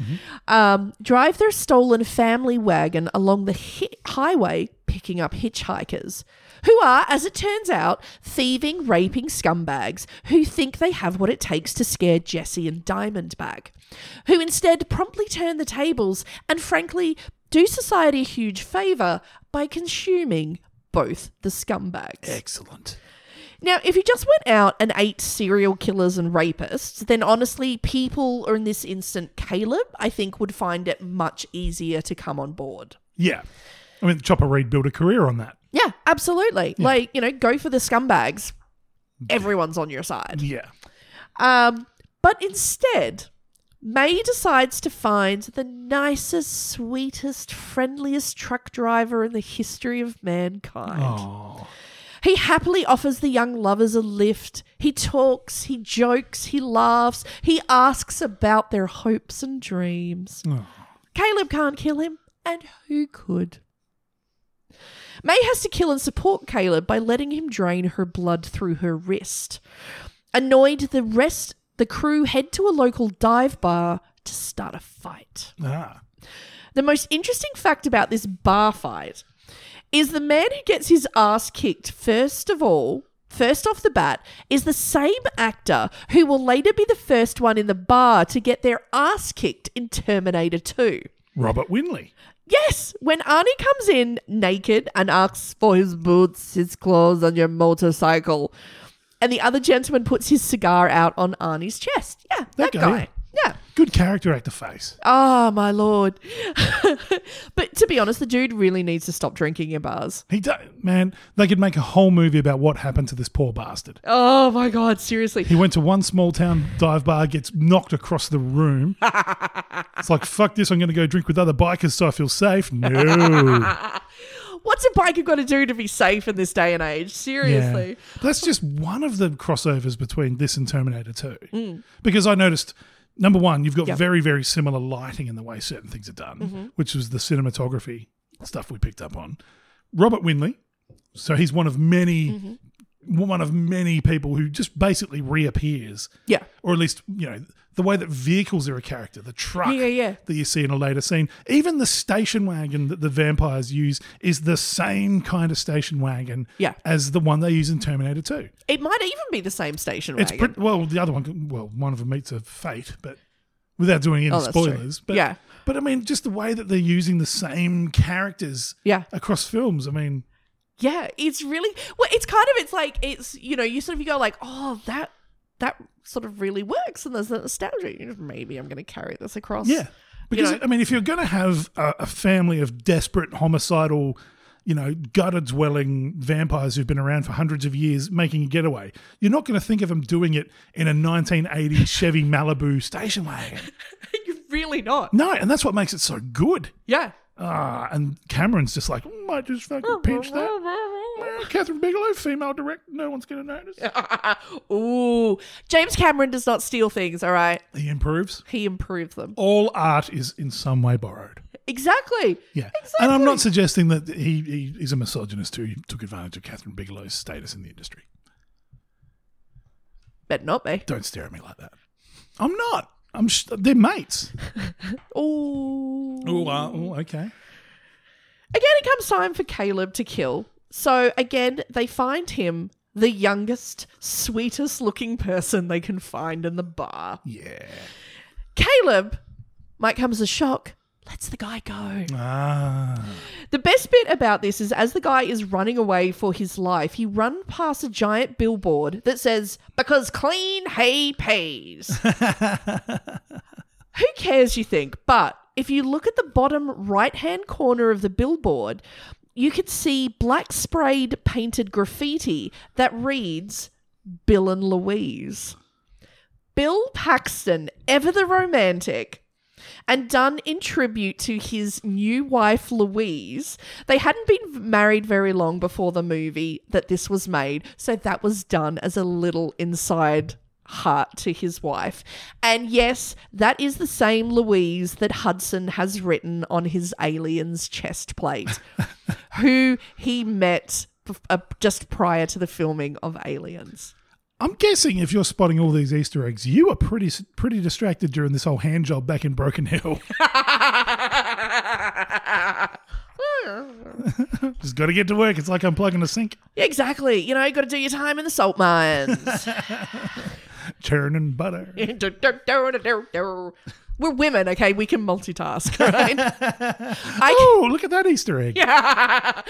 um, drive their stolen family wagon along the hi- highway picking up hitchhikers, who are, as it turns out, thieving, raping scumbags who think they have what it takes to scare Jesse and Diamondback, who instead promptly turn the tables and, frankly, do society a huge favour by consuming both the scumbags. Excellent. Now, if you just went out and ate serial killers and rapists, then honestly, people, or in this instant, Caleb, I think would find it much easier to come on board. Yeah. I mean, Chopper Reed built a career on that. Yeah, absolutely. Like, you know, go for the scumbags. Everyone's on your side. Yeah. Um, but instead, May decides to find the nicest, sweetest, friendliest truck driver in the history of mankind. Oh. He happily offers the young lovers a lift. He talks, he jokes, he laughs, he asks about their hopes and dreams. Oh. Caleb can't kill him, and who could? May has to kill and support Caleb by letting him drain her blood through her wrist. Annoyed, the rest the crew head to a local dive bar to start a fight. Ah. The most interesting fact about this bar fight is the man who gets his ass kicked first of all, first off the bat, is the same actor who will later be the first one in the bar to get their ass kicked in Terminator 2. Robert Winley. Yes, when Arnie comes in naked and asks for his boots, his clothes, and your motorcycle, and the other gentleman puts his cigar out on Arnie's chest. Yeah, that, guy. Yeah. Good character actor face. Ah, my lord. but to be honest, the dude really needs to stop drinking in bars. He does. Man, they could make a whole movie about what happened to this poor bastard. Oh my god, seriously. He went to one small town dive bar, gets knocked across the room. it's like, fuck this, I'm going to go drink with other bikers so I feel safe. No. What's a biker got to do to be safe in this day and age? Seriously. Yeah. That's just one of the crossovers between this and Terminator 2. Because I noticed, number one, you've got Yep. very, very similar lighting in the way certain things are done, Mhm. which was the cinematography stuff we picked up on. Robert Winley, so he's one of many. One of many people who just basically reappears, Yeah. or at least you know the way that vehicles are a character, the truck, Yeah, yeah, yeah. that you see in a later scene. Even the station wagon that the vampires use is the same kind of station wagon Yeah. as the one they use in Terminator 2. It might even be the same station It's wagon. pretty, well, the other one, well, one of them meets a fate, but without doing any Oh, that's true. spoilers. But, Yeah. But I mean, just the way that they're using the same characters yeah. across films. I mean, Yeah, it's really well. It's kind of it's like it's you know you sort of you go like oh that that sort of really works and there's that nostalgia. You know, maybe I'm going to carry this across. yeah. Because, know. I mean, if you're going to have a, a family of desperate, homicidal, you know, gutter dwelling vampires who've been around for hundreds of years making a getaway, you're not going to think of them doing it in a 1980 Chevy Malibu station wagon. you're really not. No, and that's what makes it so good. Yeah. Ah, and Cameron's just like, "Mm, might just fucking pinch that. Catherine Bigelow, female director, no one's going to notice. Ooh, James Cameron does not steal things. All right, He improves. he improved them All art is in some way borrowed. exactly. Yeah. And I'm not suggesting that he, he is a misogynist who took advantage of Catherine Bigelow's status in the industry. Bet not be. Don't stare at me like that. I'm not. I'm sh- they're mates. Ooh. Oh, uh, oh, okay. Again, it comes time for Caleb to kill. So again, they find him, the youngest, sweetest looking person they can find in the bar. Yeah. Caleb, might come as a shock, lets the guy go. Ah. The best bit about this is as the guy is running away for his life, he run past a giant billboard that says, Because clean hay pays. Who cares, you think? But if you look at the bottom right hand corner of the billboard, you can see black sprayed painted graffiti that reads, Bill and Louise. Bill Paxton, ever the romantic, and done in tribute to his new wife Louise. They hadn't been married very long before the movie that this was made, so that was done as a little inside heart to his wife. And yes, that is the same Louise that Hudson has written on his alien's chest plate, who he met bef- uh, just prior to the filming of Aliens. I'm guessing if you're spotting all these Easter eggs, you were pretty pretty distracted during this whole hand job back in Broken Hill. Just got to get to work. It's like unplugging a sink, Yeah, exactly. You know, you got to do your time in the salt mines. churning butter. We're women, okay? We can multitask. all Right? I can, Oh, look at that Easter egg. yeah, I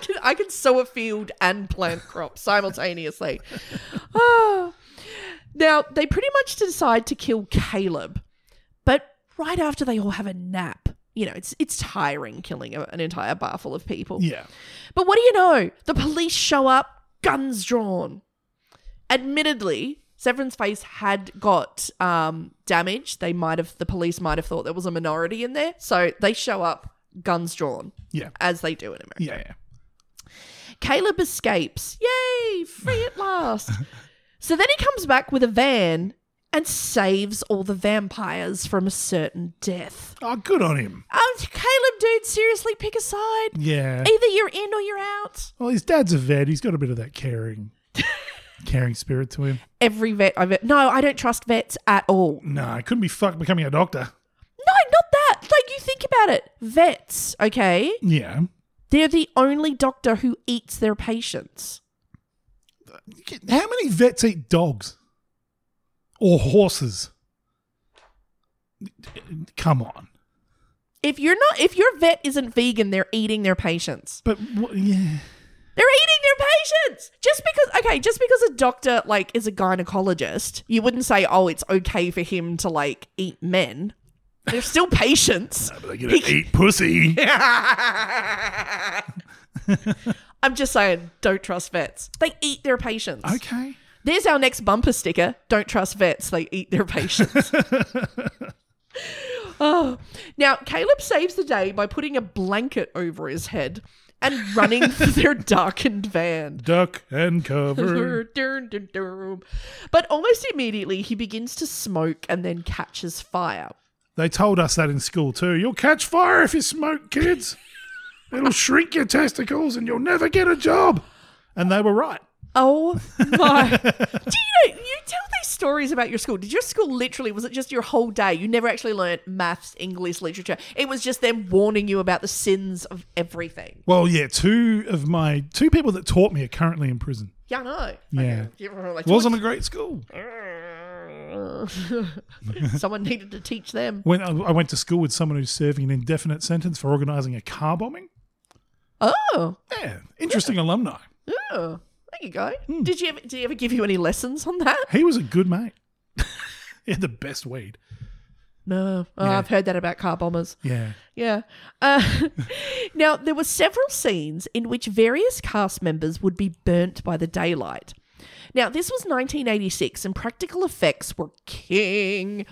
can, I can sow a field and plant crops simultaneously. Ah. Now they pretty much decide to kill Caleb, but right after they all have a nap. You know, it's it's tiring killing a- an entire bar full of people. Yeah. But what do you know? The police show up, guns drawn. Admittedly, Severin's face had got um, damaged. They might have the police might have thought there was a minority in there, so they show up guns drawn. Yeah. as they do in America. Yeah, yeah. Caleb escapes. Yay, free at last. so then he comes back with a van and saves all the vampires from a certain death. Oh, good on him. Um, Caleb, dude, seriously, pick a side. Yeah. Either you're in or you're out. Well, his dad's a vet. He's got a bit of that caring, caring spirit to him. Every vet I've e-, no, I don't trust vets at all. No, I couldn't be fucked becoming a doctor. No, not that. Like you think about it, vets, okay? Yeah. They're the only doctor who eats their patients. How many vets eat dogs or horses? Come on. If you're not, if your vet isn't vegan, they're eating their patients. But yeah, They're eating their patients just because. Okay, just because a doctor like is a gynecologist, you wouldn't say, "Oh, it's okay for him to like eat men." They're still patients. He- pussy. I'm just saying, don't trust vets. They eat their patients. Okay. There's our next bumper sticker. Don't trust vets. They eat their patients. oh. Now, Caleb saves the day by putting a blanket over his head and running for their darkened van. Duck and cover. Dun, dun, dun. But almost immediately, he begins to smoke and then catches fire. they told us that in school too. You'll catch fire if you smoke, kids. It'll shrink your testicles and you'll never get a job. And they were right. Oh my! Do you know you tell these stories about your school? Did your school literally was it just your whole day? You never actually learned maths, English, literature. It was just them warning you about the sins of everything. Well, yeah, two of my two people that taught me are currently in prison. Yeah, I know. Yeah. Like, Wasn't a great school. Someone needed to teach them. When I I went to school with someone who's serving an indefinite sentence for organising a car bombing. Oh, Yeah, interesting alumni. oh, there you go. Hmm. Did you ever, did he ever give you any lessons on that? He was a good mate. he had the best weed. No, oh, Yeah. I've heard that about car bombers. Yeah. Yeah. Uh, now, there were several scenes in which various cast members would be burnt by the daylight. Now, this was 1986 and practical effects were king.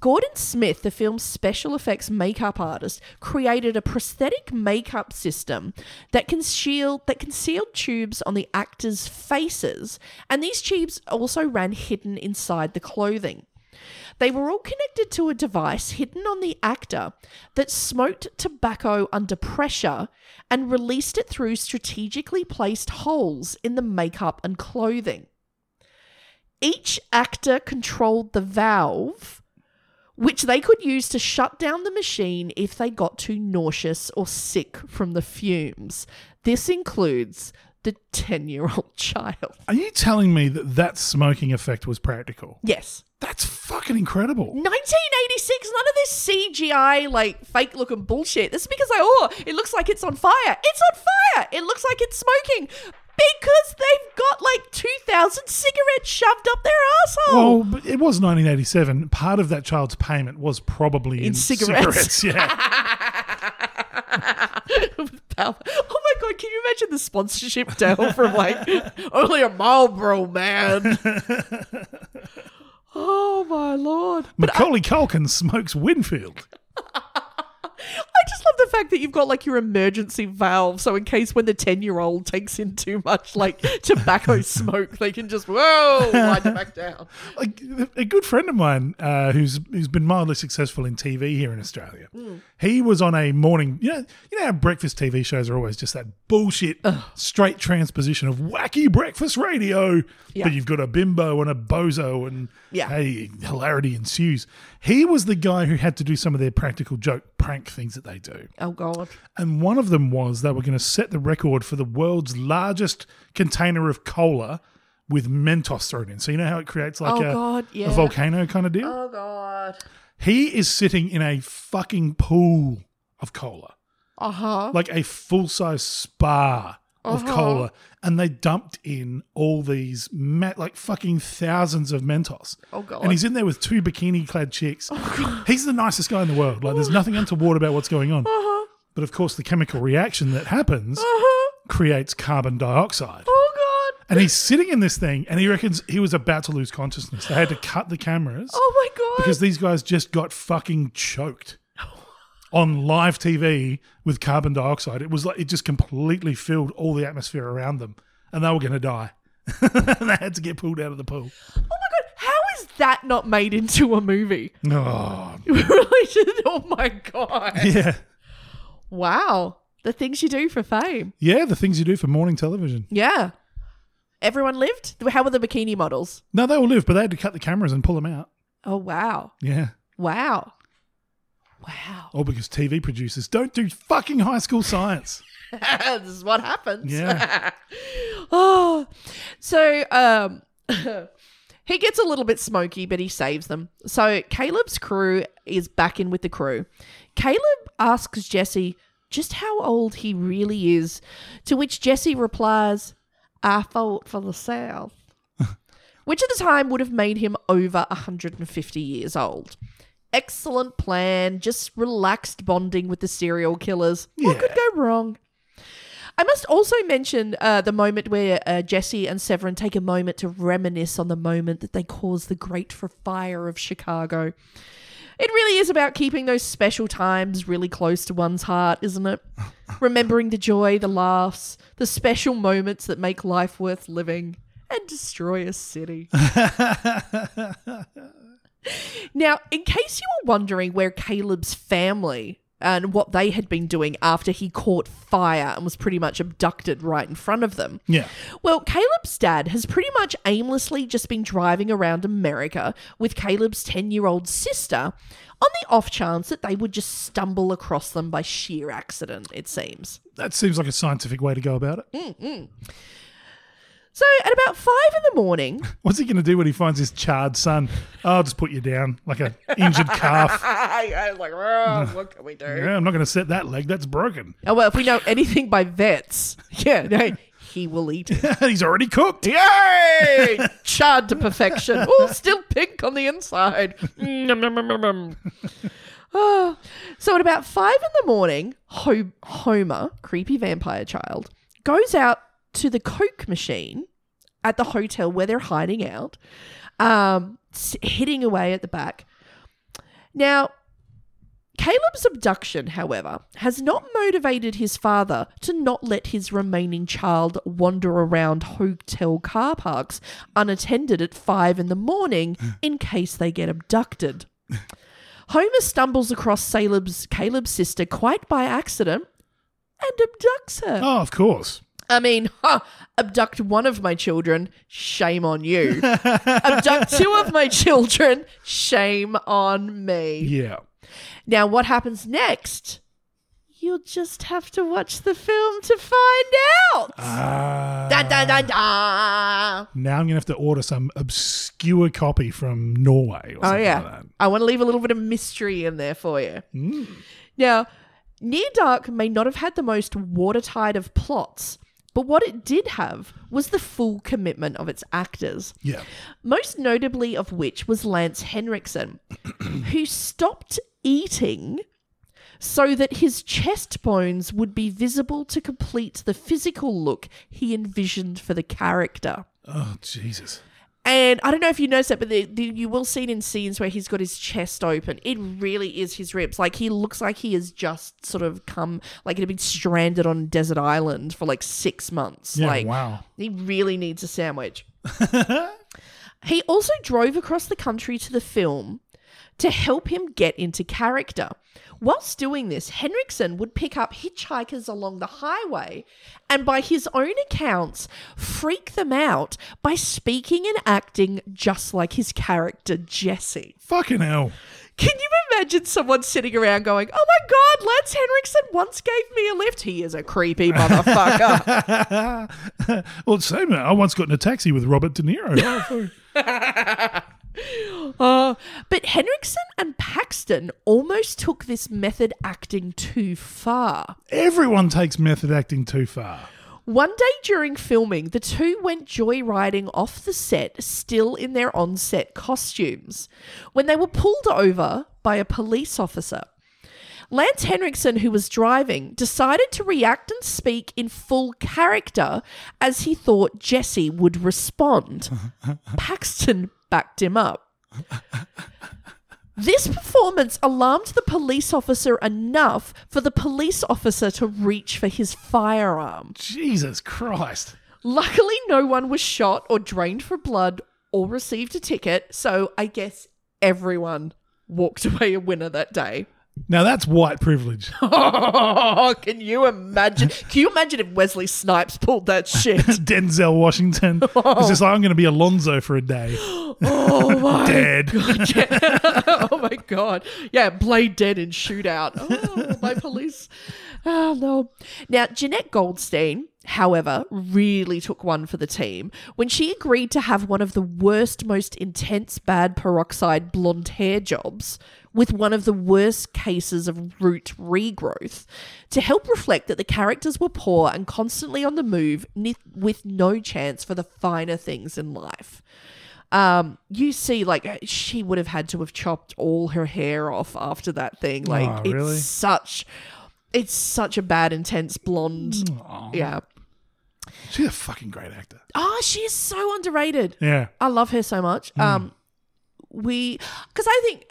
Gordon Smith, the film's special effects makeup artist, created a prosthetic makeup system that concealed that concealed tubes on the actors' faces, and these tubes also ran hidden inside the clothing. They were all connected to a device hidden on the actor that smoked tobacco under pressure and released it through strategically placed holes in the makeup and clothing. Each actor controlled the valve, which they could use to shut down the machine if they got too nauseous or sick from the fumes. This includes the 10 year old child. Are you telling me that that smoking effect was practical? Yes. That's fucking incredible. 1986, none of this CGI, like fake looking bullshit. This is because, like, oh, it looks like it's on fire. It's on fire. It looks like it's smoking because they've got like 2,000 cigarettes shoved up their asshole. Well, but it was 1987. Part of that child's payment was probably in, in cigarettes. cigarettes, Yeah. With Pal- oh my god, can you imagine the sponsorship deal from like only a Marlboro man? oh my lord. Macaulay Culkin smokes Winfield. I just love the fact that you've got like your emergency valve, so in case when the ten-year-old takes in too much like tobacco smoke, they can just whoa wind it back down. Like a good friend of mine uh, who's who's been mildly successful in TV here in Australia. Mm. He was on a morning. You know, you know how breakfast TV shows are always just that bullshit straight transposition of wacky breakfast radio. Yeah. But you've got a bimbo and a bozo, and Yeah. hey, hilarity ensues. He was the guy who had to do some of their practical joke prank things that they do. Oh god. And one of them was they were going to set the record for the world's largest container of cola with Mentos thrown in. So you know how it creates like Oh, a, God, a yeah. volcano kind of deal? Oh god. He is sitting in a fucking pool of cola, Uh huh. like a full size spa of Uh-huh. cola. And they dumped in all these, ma- like fucking thousands of Mentos. Oh, God. Oh, And he's in there with two bikini clad chicks. He's the nicest guy in the world. Like there's nothing untoward about what's going on. Uh-huh. But of course, the chemical reaction that happens Uh-huh. creates carbon dioxide. Oh And he's sitting in this thing, and he reckons he was about to lose consciousness. They had to cut the cameras. Oh my god! Because these guys just got fucking choked on live TV with carbon dioxide. It was like it just completely filled all the atmosphere around them, and they were going to die. and they had to get pulled out of the pool. How is that not made into a movie? Oh, Really? Just- oh my god! yeah, Wow, the things you do for fame. yeah. The things you do for morning television. Yeah. Everyone lived? How were the bikini models? No, they all live, but they had to cut the cameras and pull them out. Oh, wow. Yeah. Wow. All because TV producers don't do fucking high school science. this is what happens. Yeah. oh. So um he gets a little bit smoky, but he saves them. So Caleb's crew is back in with the crew. Caleb asks Jesse just how old he really is, to which Jesse replies, I fought for the South. which at the time would have made him over 150 years old. Excellent plan, just relaxed bonding with the serial killers. What could go wrong? I must also mention uh, the moment where uh, Jesse and Severin take a moment to reminisce on the moment that they caused the Great Fire of Chicago. It really is about keeping those special times really close to one's heart, isn't it? Remembering the joy, the laughs, the special moments that make life worth living and destroy a city. Now, in case you were wondering where Caleb's family and what they had been doing after he caught fire and was pretty much abducted right in front of them. Yeah. Well, Caleb's dad has pretty much aimlessly just been driving around America with Caleb's 10 year old sister on the off chance that they would just stumble across them by sheer accident, it seems. That seems like a scientific way to go about it. Mm-mm. So at about five in the morning, What's he going to do when he finds his charred son? Oh, I'll just put you down like an injured calf. I was like, "Oh, what can we do? Yeah, I'm not going to set that leg. That's broken. Oh, well, if we know anything by vets, yeah, no, he will eat it. He's already cooked. Yay! Charred to perfection. Oh, still pink on the inside. Mm, Nom, nom, nom, nom, nom. Ah. so at about five in the morning, Ho- Homer, creepy vampire child, goes out to the Coke machine at the hotel where they're hiding out, um, s- hitting away at the back. Now, Caleb's abduction, however, has not motivated his father to not let his remaining child wander around hotel car parks unattended at five in the morning in case they get abducted. Homer stumbles across Caleb's, Caleb's sister quite by accident and abducts her. Oh, of course. I mean, huh, abduct one of my children, shame on you. abduct two of my children, shame on me. Yeah. Now, what happens next? You'll just have to watch the film to find out. Ah. da, da, da, da. Uh, Now I'm going to have to order some obscure copy from Norway. Or Oh, something yeah. Like that. I want to leave a little bit of mystery in there for you. Mm. Now, Near Dark may not have had the most watertight of plots, but what it did have was the full commitment of its actors. Yeah. most notably of which was Lance Henriksen, who stopped eating so that his chest bones would be visible to complete the physical look he envisioned for the character. Oh, Jesus. And I don't know if you noticed that, but the, the, you will see it in scenes where he's got his chest open. It really is his ribs. Like he looks like he has just sort of come, like he'd been stranded on a desert island for like six months. Yeah, like, wow. he really needs a sandwich. he also drove across the country to the film to help him get into character. Whilst doing this, Henriksen would pick up hitchhikers along the highway and, by his own accounts, freak them out by speaking and acting just like his character Jesse. Fucking hell. Can you imagine someone sitting around going, Oh my God, Lance Henriksen once gave me a lift? He is a creepy motherfucker. Well, same. I once got in a taxi with Robert De Niro. Oh, fuck. Uh, but Henriksen and Paxton almost took this method acting too far. Everyone takes method acting too far. One day during filming, the two went joyriding off the set, still in their on set costumes, when they were pulled over by a police officer. Lance Henriksen, who was driving, decided to react and speak in full character as he thought Jesse would respond. Paxton backed him up. This performance alarmed the police officer enough for the police officer to reach for his firearm. Jesus Christ. Luckily, no one was shot or drained for blood or received a ticket, so I guess everyone walked away a winner that day. Now that's white privilege. can you imagine? Can you imagine if Wesley Snipes pulled that shit? Denzel Washington is just like, I'm going to be Alonzo for a day. Oh my Dead. God. Yeah. oh my god. Yeah, blade dead in shootout. Oh, my police. Oh no. Now, Jeanette Goldstein, however, really took one for the team when she agreed to have one of the worst, most intense bad peroxide blonde hair jobs with one of the worst cases of root regrowth to help reflect that the characters were poor and constantly on the move ni- with no chance for the finer things in life um, you see, like she would have had to have chopped all her hair off after that thing. Like Aw, it's really? such, it's such a bad, intense blonde. Yeah. She's a fucking great actor. Oh, she is so underrated. Yeah. I love her so much. Mm. Um, we, because I think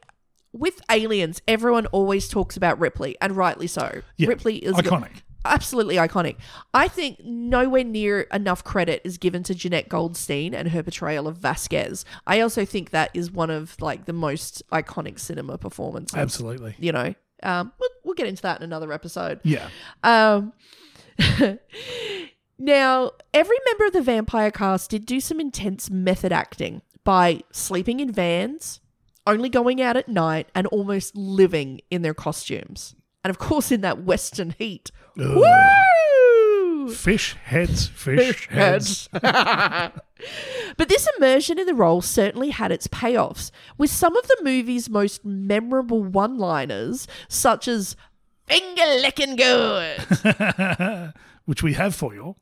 with aliens, everyone always talks about Ripley, and rightly so. Yeah. Ripley is Iconic. absolutely iconic. I think nowhere near enough credit is given to Jeanette Goldstein and her portrayal of Vasquez. I also think that is one of like the most iconic cinema performances. Absolutely. You know, um, we'll, we'll get into that in another episode. Yeah. Um, now, every member of the vampire cast did do some intense method acting by sleeping in vans, only going out at night, and almost living in their costumes. And of course, in that Western heat. Woo! Fish heads, fish, heads. but this immersion in the role certainly had its payoffs, with some of the movie's most memorable one liners, such as finger licking good. Which we have for you.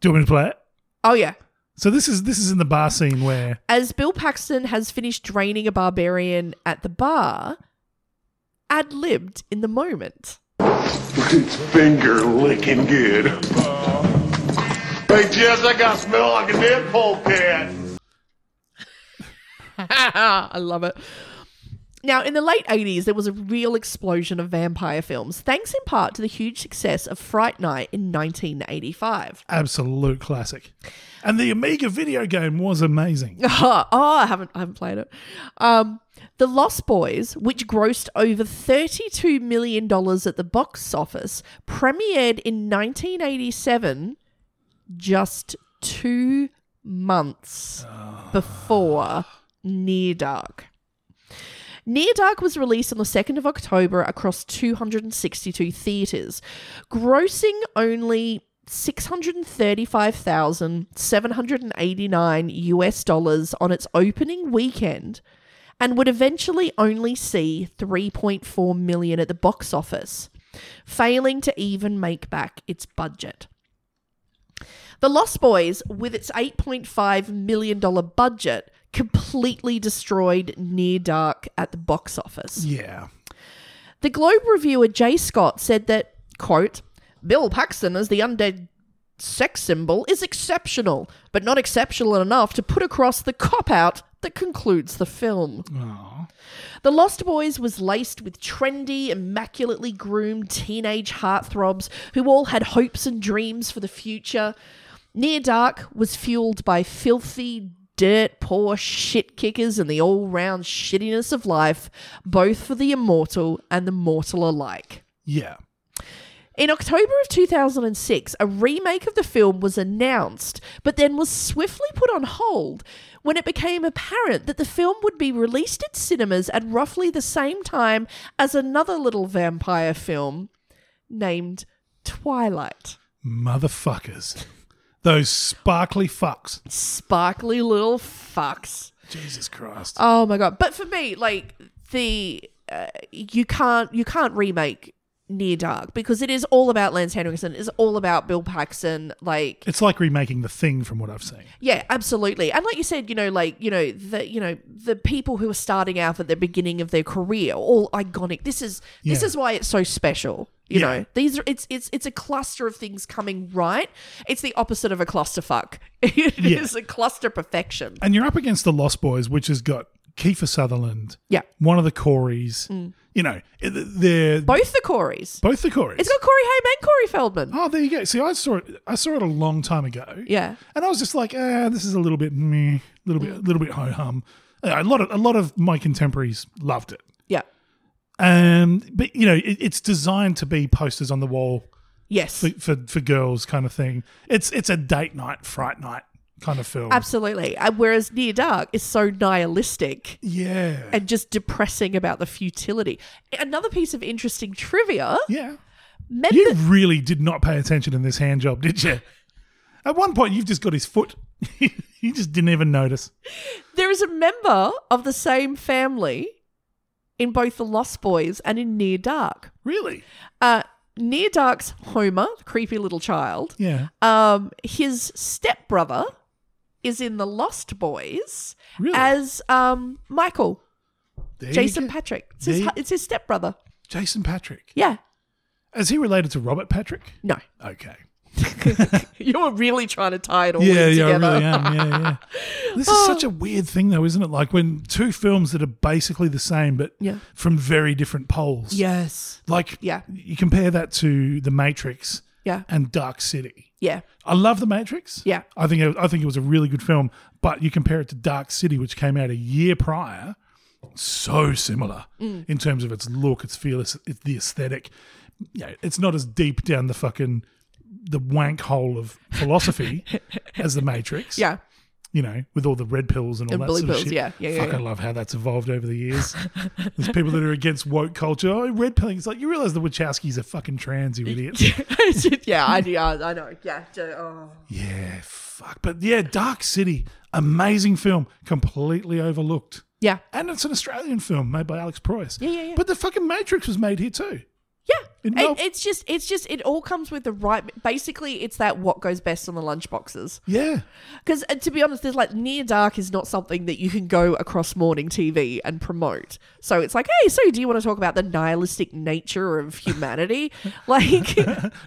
Do you want me to play it? oh, yeah. So this is this is in the bar scene where As Bill Paxton has finished draining a barbarian at the bar, ad libbed in the moment. It's finger licking good. Hey, Jess, I got smell like a deadpool cat. I love it. Now, in the late 80s, there was a real explosion of vampire films, thanks in part to the huge success of Fright Night in 1985. absolute classic. And the Amiga video game was amazing. oh, I haven't, I haven't played it. Um, the Lost Boys, which grossed over thirty-two million dollars at the box office, premiered in 1987, just two months before Near Dark. Near Dark was released on the 2nd of October across 262 theatres, grossing only 635,789 US dollars on its opening weekend and would eventually only see 3.4 million at the box office, failing to even make back its budget. The Lost Boys, with its $8.5 million budget, completely destroyed Near Dark at the box office. Yeah. The Globe reviewer Jay Scott said that, quote, Bill Paxton as the undead sex symbol is exceptional, but not exceptional enough to put across the cop out that concludes the film. The Lost Boys was laced with trendy, immaculately groomed teenage heartthrobs who all had hopes and dreams for the future. Near Dark was fueled by filthy, dirt poor shit kickers and the all round shittiness of life, both for the immortal and the mortal alike. Yeah. In October of 2006, a remake of the film was announced, but then was swiftly put on hold when it became apparent that the film would be released in cinemas at roughly the same time as another little vampire film named Twilight. Motherfuckers. Those sparkly fucks. Sparkly little fucks. Jesus Christ. Oh my god! But for me, like the uh, you can't you can't remake Near Dark because it is all about Lance Henriksen. It's all about Bill Paxton. Like, It's like remaking The Thing from what I've seen. yeah, absolutely. And like you said, you know, like you know the you know the people who are starting out at the beginning of their career, all iconic. This is this Yeah. is why it's so special. You Yeah. know, these are it's it's it's a cluster of things coming right. It's the opposite of a clusterfuck. It is Yeah. a cluster perfection. And you're up against The Lost Boys, which has got Kiefer Sutherland, Yeah. one of the Coreys. Mm. You know, it- they're both the Coreys. Both the Coreys. It's got Corey Haim and Corey Feldman. Oh, there you go. See, I saw it. I saw it a long time ago. Yeah. Mm. and I was just like, ah, this is a little bit meh, a little bit, a little bit ho hum. A lot of a lot of my contemporaries loved it. Yeah. Um, but you know, it, it's designed to be posters on the wall. Yes, for, for for girls kind of thing. It's it's a date night, fright night kind of film. Absolutely. Uh, whereas Near Dark is so nihilistic. Yeah. And just depressing about the futility. Another piece of interesting trivia. Yeah. Member- You really did not pay attention in this hand job, did you? At one point, you've just got his foot. you just didn't even notice. there is a member of the same family in both The Lost Boys and in Near Dark. Really? Uh, Near Dark's Homer, the creepy little child. Yeah. Um, his stepbrother is in The Lost Boys as um, Michael, There you Jason go. Patrick. It's There his, you- it's his stepbrother. Jason Patrick. Yeah. Is he related to Robert Patrick? No. Okay. You were really trying to tie it all yeah, in yeah, together. Oh. I really am. Yeah, yeah. This is such a weird thing, though, isn't it? Like when two films that are basically the same, but Yeah. from very different poles. Yes. Like, Yeah. you compare that to The Matrix Yeah. and Dark City. Yeah. I love The Matrix. Yeah. I think it, I think it was a really good film, but you compare it to Dark City, which came out a year prior, so similar Mm. in terms of its look, its feel, its, it's the aesthetic. Yeah, it's not as deep down the fucking the wank hole of philosophy as the Matrix. Yeah. You know, with all the red pills and all And that blue sort pills, of shit. yeah. Yeah, yeah, Fuck, I yeah. love how that's evolved over the years. There's people that are against woke culture. Oh, red pilling. It's like you realize the Wachowskis are fucking trans, you idiots. yeah, I, yeah, I know. Yeah. j- Oh. Yeah, fuck. But yeah, Dark City, amazing film, completely overlooked. Yeah. And it's an Australian film made by Alex Price. Yeah, yeah, yeah. But the fucking Matrix was made here too. Yeah. In It- Mel- it's just, it's just, it all comes with the right. Basically, it's that what goes best on the lunchboxes. Yeah. Because uh, to be honest, there's like Near Dark is not something that you can go across morning TV and promote. So it's like, hey, so do you want to talk about the nihilistic nature of humanity? like,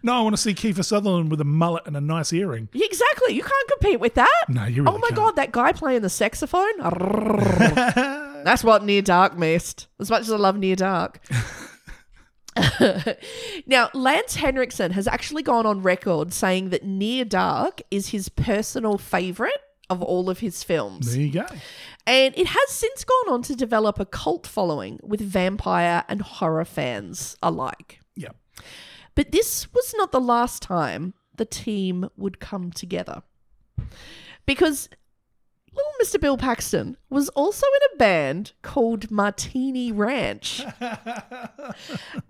No, I want to see Kiefer Sutherland with a mullet and a nice earring. exactly. You can't compete with that. No, you oh really my god, that guy playing the saxophone. That's what Near Dark missed. As much as I love Near Dark. now, Lance Henriksen has actually gone on record saying that Near Dark is his personal favorite of all of his films. There you go. And it has since gone on to develop a cult following with vampire and horror fans alike. Yeah. But this was not the last time the team would come together. Because little Mr. Bill Paxton was also in a band called Martini Ranch.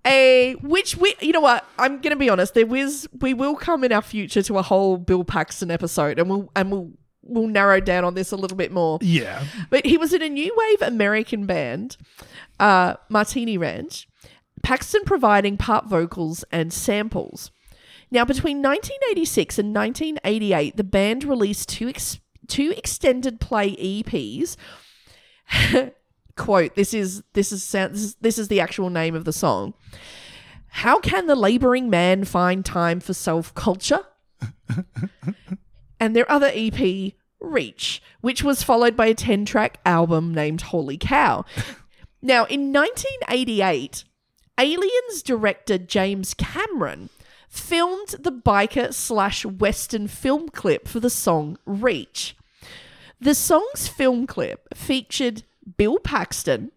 a which we you know what, I'm gonna be honest, there was we will come in our future to a whole Bill Paxton episode and we'll and we'll we'll narrow down on this a little bit more. Yeah. But he was in a new wave American band, uh, Martini Ranch, Paxton providing part vocals and samples. Now, between 1986 and 1988, the band released two, ex- two extended play EPs. Quote: This is this is sound, this is this is the actual name of the song. How can the laboring man find time for self culture? and their other EP, Reach, which was followed by a 10 track album named Holy Cow. now, in 1988, Aliens director James Cameron filmed the biker slash western film clip for the song Reach. The song's film clip featured Bill Paxton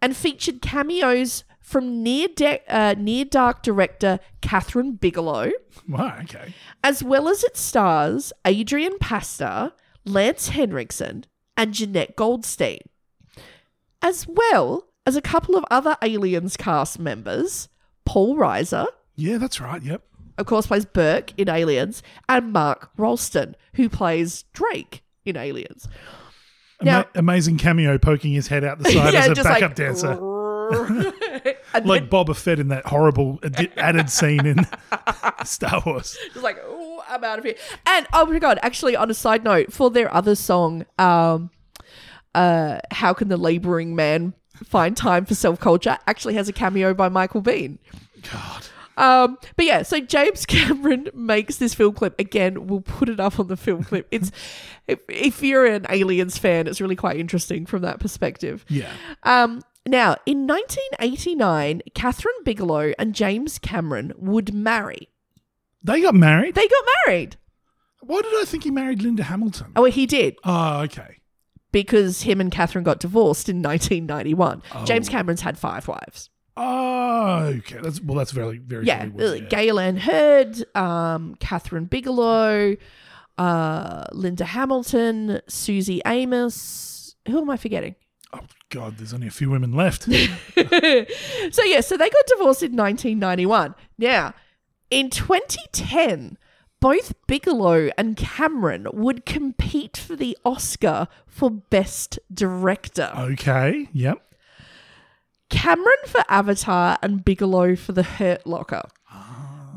and featured cameos from near, de- uh, near dark director Catherine Bigelow Wow, okay. as well as its stars Adrian Pasta, Lance Henriksen, and Jeanette Goldstein, as well as a couple of other Aliens cast members, Paul Reiser, Yeah, that's right. Yep. of course, plays Burke in Aliens, and Mark Ralston, who plays Drake in Aliens. Ama- amazing cameo poking his head out the side as a backup dancer. And like then Boba Fett in that horrible addi- added scene in Star Wars. just like, oh, I'm out of here. And oh my god, actually, on a side note, for their other song, um, uh, how can the laboring man find time for self culture? Actually, has a cameo by Michael Bean. God. Um, but yeah, so James Cameron makes this film clip again. We'll put it up on the film clip. It's if, if you're an Aliens fan, it's really quite interesting from that perspective. Yeah. Um, now, in 1989, Catherine Bigelow and James Cameron would marry. They got married? They got married. Why did I think he married Linda Hamilton? Oh, well, he did. Oh, okay. Because him and Catherine got divorced in 1991. Oh. James Cameron's had five wives. Oh, okay. That's well. That's very, very. yeah, very well, uh, Gail Ann Hurd, um, Catherine Bigelow, uh, Linda Hamilton, Susie Amos. Who am I forgetting? Oh, God, there's only a few women left. so yeah, so they got divorced in 1991. Now, in 2010, both Bigelow and Cameron would compete for the Oscar for Best Director. Oh, okay. Yep. Cameron for Avatar and Bigelow for The Hurt Locker.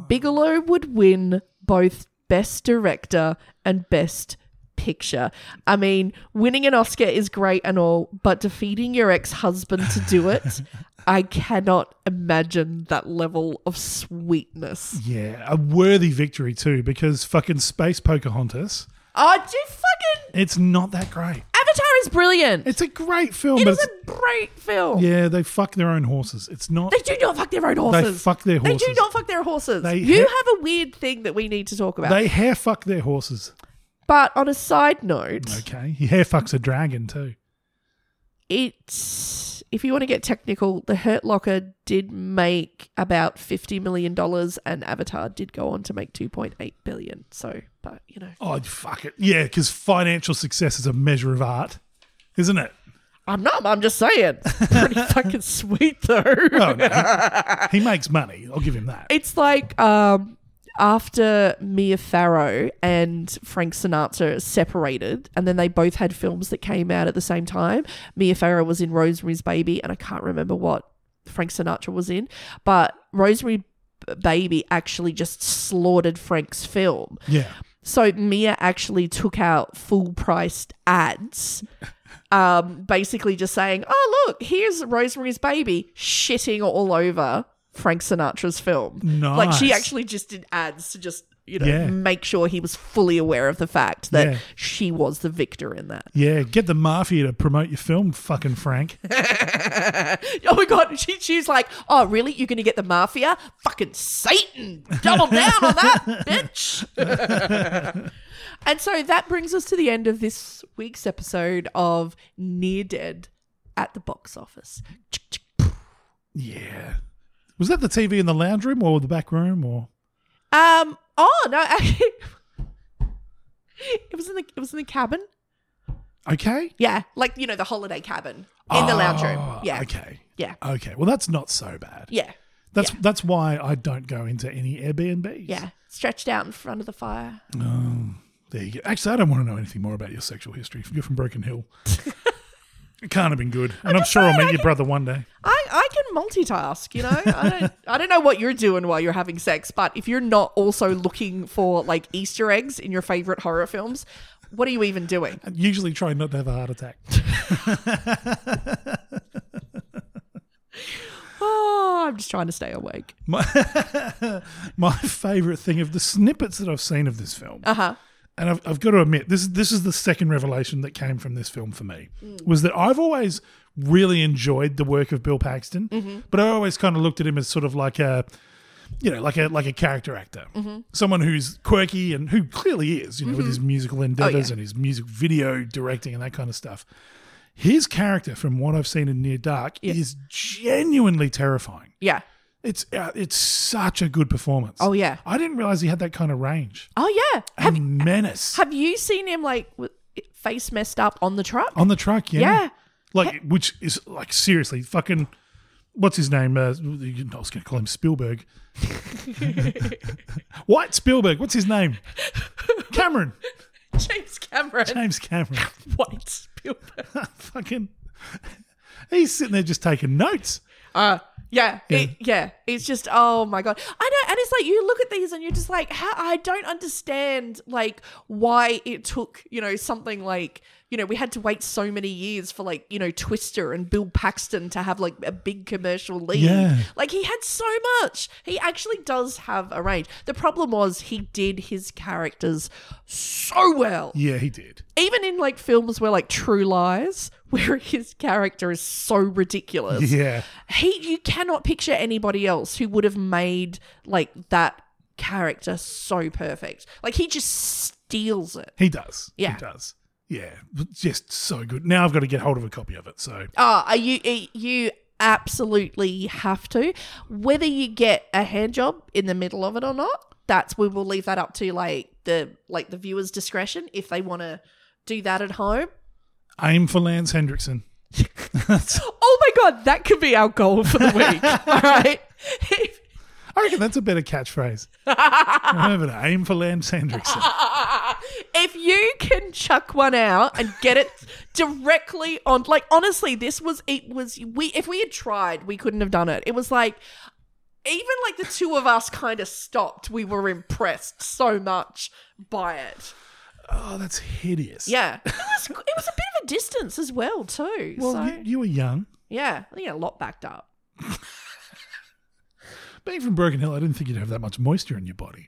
Bigelow would win both Best Director and Best Picture. I mean, winning an Oscar is great and all, but defeating your ex husband to do it, I cannot imagine that level of sweetness. Yeah, a worthy victory too, because fucking space Pocahontas. Oh, do you fucking. It's not that great. Avatar is brilliant. It's a great film. It but is it's- a great film. yeah, they fuck their own horses. It's not. They do not fuck their own horses. They fuck their horses. They do not fuck their horses. They you ha- have a weird thing that we need to talk about. They hair fuck their horses. But on a side note, Okay, he hair fucks a dragon too. it's if you want to get technical, the Hurt Locker did make about fifty million dollars, and Avatar did go on to make two point eight billion. So, but you know, Oh fuck it. Yeah, because financial success is a measure of art, isn't it? I'm not. I'm just saying, it's pretty fucking sweet though. Oh, no, he, he makes money. I'll give him that. It's like um, after Mia Farrow and Frank Sinatra separated, and then they both had films that came out at the same time. Mia Farrow was in Rosemary's Baby, and I can't remember what Frank Sinatra was in, but Rosemary B- Baby actually just slaughtered Frank's film. Yeah. So Mia actually took out full priced ads. Um, basically just saying, Oh look, here's Rosemary's baby shitting all over Frank Sinatra's film. Like she Nice. actually just did ads to just, you know, Yeah. make sure he was fully aware of the fact that Yeah. she was the victor in that. Yeah, get the mafia to promote your film, fucking Frank. oh my god, she, she's like, Oh, really? You're gonna get the mafia? Fucking Satan. Double down on that, bitch. and so that brings us to the end of this week's episode of Near Dead at the box office. Yeah. Was that the TV in the lounge room or the back room or? Um oh no actually It was in the it was in the cabin. Okay. Yeah. Like, you know, the holiday cabin. In the lounge room. Ah, Yeah. Okay. Yeah. Okay. Well, that's not so bad. Yeah. That's that's why I don't go into any Airbnbs. Yeah. Stretched out in front of the fire. Oh, there you go. Actually, I don't want to know anything more about your sexual history. You're from Broken Hill. it can't have been good. And I'm sure I'll meet your brother one day. I, I can multitask, you know. I don't I don't know what you're doing while you're having sex, but if you're not also looking for like Easter eggs in your favorite horror films, what are you even doing? And usually try not to have a heart attack. Oh, I'm just trying to stay awake. My, my favorite thing of the snippets that I've seen of this film, Uh-huh. and I've, I've got to admit, this, this is the second revelation that came from this film for me, Mm. was that I've always really enjoyed the work of Bill Paxton, Mm-hmm. Mhm. but I always kind of looked at him as sort of like a, you know, like a like a character actor, Mm-hmm. Mhm. someone who's quirky and who clearly is, you know, with his Oh, musical endeavors yeah. and his music video directing and that kind of stuff. His character, from what I've seen in Near Dark, is genuinely terrifying. Yeah. It's uh, it's such a good performance. Oh, yeah. I didn't realize he had that kind of range Oh yeah. and menace Have you seen him like with face messed up on the truck? on the truck. Yeah, Yeah. like which is like seriously fucking. What's his name? Uh, I was going to call him Spielberg. White Spielberg. What's his name? Cameron. James Cameron. James Cameron. White Spielberg. Fucking. He's sitting there just taking notes. uh, yeah, Yeah. It, yeah. It's just, oh my god, I know. And it's like you look at these and you're just like, how, I don't understand, like why it took, you know, something like, you know, we had to wait so many years for like, you know, Twister and Bill Paxton to have like a big commercial lead. Yeah. Like he had so much. He actually does have a range. The problem was he did his characters so well Yeah, he did. even in like films where like True Lies, where his character is so ridiculous, Yeah. he you cannot picture anybody else who would have made like that character so perfect. Like he just steals it. He does. Yeah. He does. Yeah. But Just so good. Now I've got to get hold of a copy of it. So Oh, are you are you absolutely have to, whether you get a hand job in the middle of it or not. That's we will leave that up to like the like the viewer's discretion if they want to do that at home. aim for Lance Hendrickson. Oh my god, that could be our goal for the week. All right. I reckon that's a better catchphrase. Remember to aim for Lance Hendrickson. if you can chuck one out and get it directly on like honestly this was it was we if we had tried we couldn't have done it it was like even like the two of us kind of stopped we were impressed so much by it Oh, that's hideous. yeah it was, it was a bit of a distance as well too Well, so you, you were young. yeah i think a lot backed up Being from Broken Hill, I didn't think you'd have that much moisture in your body.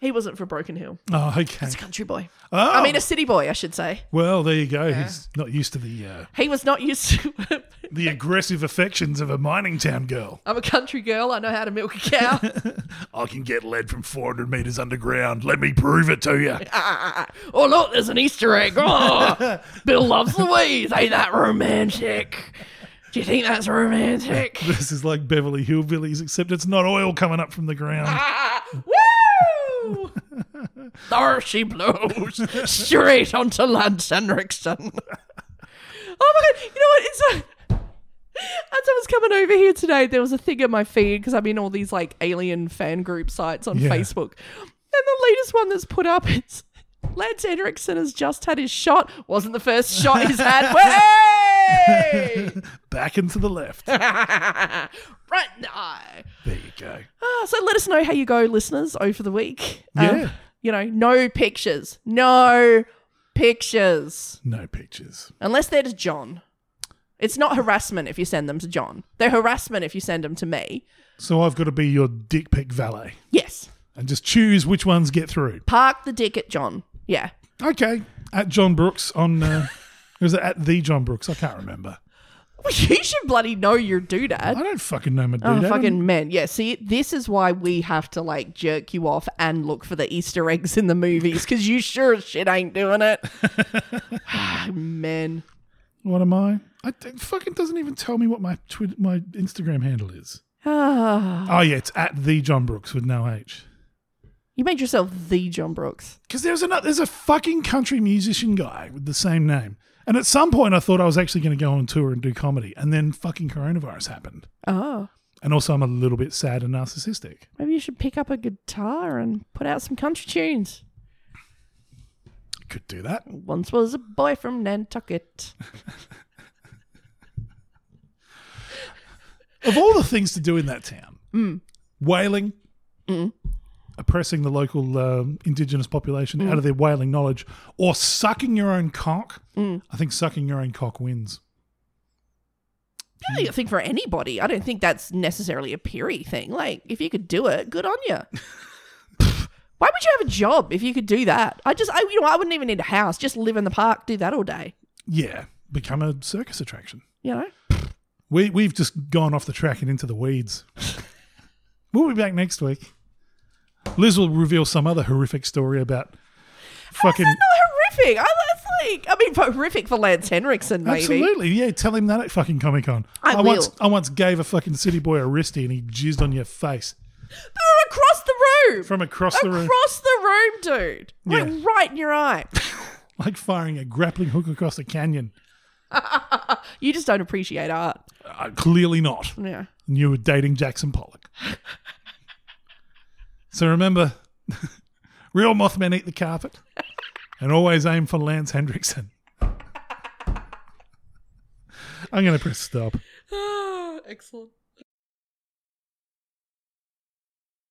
he wasn't from broken hill Oh, okay. he's a country boy Oh. i mean a city boy i should say Well, there you go. He's not used to the uh, he was not used to the aggressive affections of a mining town girl. i'm a country girl i know how to milk a cow I can get lead from 400 meters underground. Let me prove it to you. Oh, look, there's an Easter egg. Oh, Bill loves Louise. Ain't that romantic? Do you think that's romantic? This is like Beverly Hillbillies, except it's not oil coming up from the Ah. ground. Woo! There she blows straight onto Lance Henriksen. Oh my god! You know what? It's a, as I was coming over here today, there was a thing in my feed because I'm in all these like alien fan group sites on Yeah. Facebook, and the latest one that's put up is Lance Henriksen has just had his shot. Wasn't the first shot he's had. Way! Back and to the left. right in the eye. There you go. Ah, so let us know how you go, listeners, over the week. Um, Yeah. you know, no pictures. No pictures. No pictures. Unless they're to John. It's not harassment if you send them to John. They're harassment if you send them to me. So I've got to be your dick pic valet Yes. and just choose which ones get through. Park the dick at John. Yeah. Okay. At John Brooks on. Uh, was it at the John Brooks? I can't remember. Well, you should bloody know your I doodad. don't fucking know my dude. Oh, I fucking men. Yeah, see, this is why we have to like jerk you off and look for the Easter eggs in the movies because you sure as shit ain't doing it. Ah, men. What am I? I it fucking doesn't even tell me what my Twitter, my Instagram handle is. Ah. Oh yeah, it's at the John Brooks with no H. You made yourself the John Brooks. Because there's another, there's a fucking country musician guy with the same name. And at some point, I thought I was actually going to go on tour and do comedy, and then fucking coronavirus happened. Oh, And also, I'm a little bit sad and narcissistic. maybe you should pick up a guitar and put out some country tunes. Could do that. Once was a boy from Nantucket. Of all the things to do in that town, whaling, Mm. oppressing the local um, indigenous population out of their whaling knowledge, or sucking your own cock, Mm. I think sucking your own cock wins. I don't think for anybody. I don't think that's necessarily a Peary thing. Like, if you could do it, good on you. Why would you have a job if you could do that? I just, I, you know, I wouldn't even need a house. Just live in the park, do that all day. Yeah, become a circus attraction. You know. We we've just gone off the track and into the weeds. we'll be back next week. Liz will reveal some other horrific story about fucking Not horrific. I that's like. I mean, horrific for Lance Henriksen, maybe. absolutely yeah. Tell him that at fucking Comic Con. I once will. I once gave a fucking city boy a wristy and he jizzed on your face They're across the room. from across the room, across the room, dude. Like Yeah. right in your eye. like firing a grappling hook across a canyon. you just don't appreciate art. Uh, clearly not. Yeah. And you were dating Jackson Pollock. so remember, real Mothmen eat the carpet, and always aim for Lance Hendrickson. I'm going to press stop. Excellent.